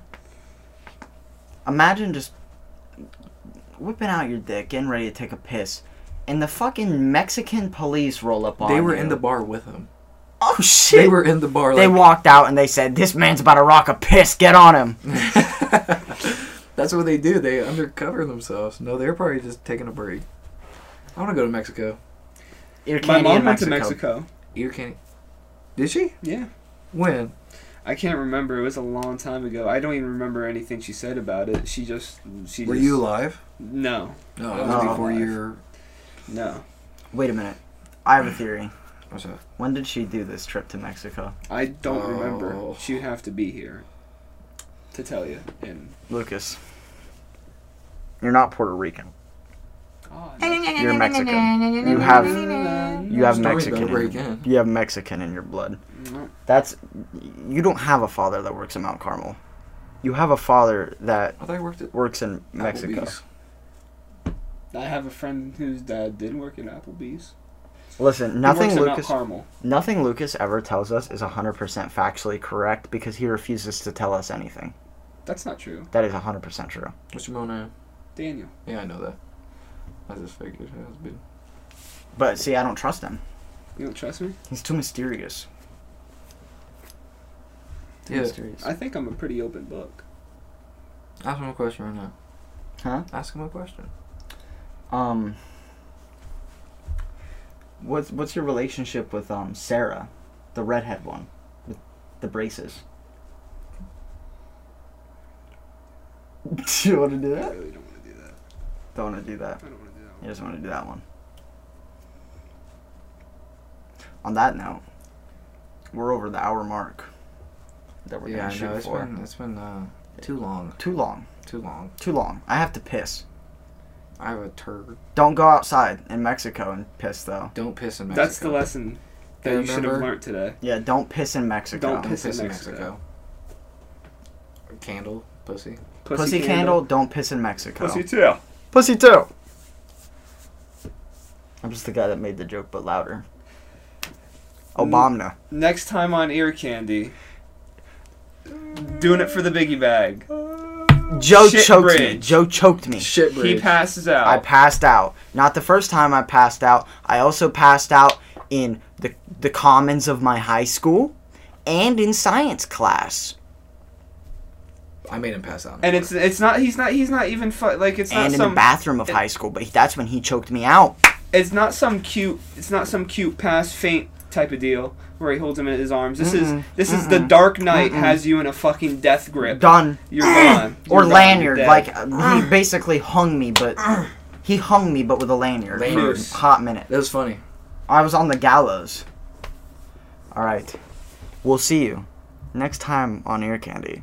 S2: Imagine just whipping out your dick, getting ready to take a piss, and the fucking Mexican police roll up on
S3: They were
S2: you.
S3: in the bar with him.
S2: Oh shit!
S3: They were in the bar.
S2: They
S3: like,
S2: walked out and they said, "This man's about to rock a piss. Get on him."
S3: That's what they do. They undercover themselves. No, they're probably just taking a break. I want to go to Mexico.
S2: Your
S1: My
S2: candy
S1: mom
S2: in
S1: went to
S2: Mexico.
S1: Mexico.
S3: Ear candy. Did she?
S1: Yeah,
S3: When?
S1: I can't remember. It was a long time ago. I don't even remember anything she said about it. She just she.
S3: Were
S1: just,
S3: you alive?
S1: No,
S3: No,
S1: I
S3: that
S2: was
S3: was before
S1: alive.
S3: your.
S1: no.
S2: Wait a minute. I have a theory.
S3: What's that?
S2: When did she do this trip to Mexico?
S1: I don't remember.
S3: Oh.
S1: She'd have to be here to tell you. And
S2: Lucas. You're not Puerto Rican.
S1: oh,
S2: You're Mexican. You have you have
S3: Story
S2: Mexican.
S3: better break
S2: in-
S3: in.
S2: You have Mexican in your blood.
S1: no.
S2: That's you don't have a father that works in Mount Carmel. You have a father that
S3: I thought I worked at
S2: works in Mexico.
S3: Applebee's.
S1: I have a friend whose dad did work at Applebee's.
S2: Listen,
S1: He
S2: nothing
S1: works at Mount
S2: Lucas
S1: Carmel.
S2: nothing Lucas ever tells us is 100% factually correct because he refuses to tell us anything.
S1: That's not true.
S2: That is 100% true.
S3: What's your mom name?
S1: Daniel.
S3: Yeah, I know that. I just figured that was been.
S2: But see, I don't trust him.
S1: You don't trust me?
S2: He's too mysterious. Too
S3: Yeah.
S2: mysterious.
S1: I think I'm a pretty open book.
S3: Ask him a question right now.
S2: Huh?
S3: Ask him a question.
S2: Um What's what's your relationship with um Sarah, the redhead one with the braces? Do you want to do
S1: I
S2: that?
S1: really don't want to do that.
S2: Don't want to do that.
S1: I don't want to do that.
S2: He
S1: One.
S2: doesn't want to do that one. On that note, we're over the hour mark that we're gonna
S3: yeah, I know.
S2: shoot
S3: It's
S2: for.
S3: been it's been uh, too long.
S2: Too long.
S3: Too long.
S2: Too long. I have to piss.
S3: I have a turd.
S2: Don't go outside in Mexico and piss though.
S3: Don't piss in Mexico.
S1: That's the lesson that
S3: Yeah,
S1: you should have
S3: remember?
S1: learned today.
S2: Yeah, don't piss in Mexico.
S1: Don't
S3: Don't
S1: piss
S3: piss,
S1: in
S3: in
S1: Mexico.
S3: Mexico. Candle, pussy.
S2: Pussy, candle. don't piss in Mexico.
S1: Pussy tail.
S2: Pussy too. I'm just the guy that made the joke, but louder. Obama.
S1: Next time on Ear Candy, doing it for the biggie bag.
S2: Joe
S1: Shit
S2: choked me.
S1: bridge.
S2: Joe choked me.
S3: Shit,
S1: He passes out.
S2: I passed out. Not the first time I passed out. I also passed out in the the commons of my high school and in science class
S3: I made him pass out.
S1: and it's it's not he's not he's not even fu- like it's not
S2: and in
S1: some
S2: the bathroom of high school, but that's when he choked me out.
S1: it's not some cute it's not some cute pass faint type of deal where he holds him in his arms. This
S2: Mm-mm.
S1: is this is the Dark Knight has you in a fucking death grip.
S2: Done.
S1: You're gone.
S2: or
S1: You're gone. You're
S2: lanyard.
S1: dead. Ah.
S2: Like uh, he basically hung me, but he hung me, but with a lanyard.
S3: Lanyard.
S2: For a hot minute.
S3: That was funny.
S2: I was on the gallows. All right, we'll see you next time on Ear Candy.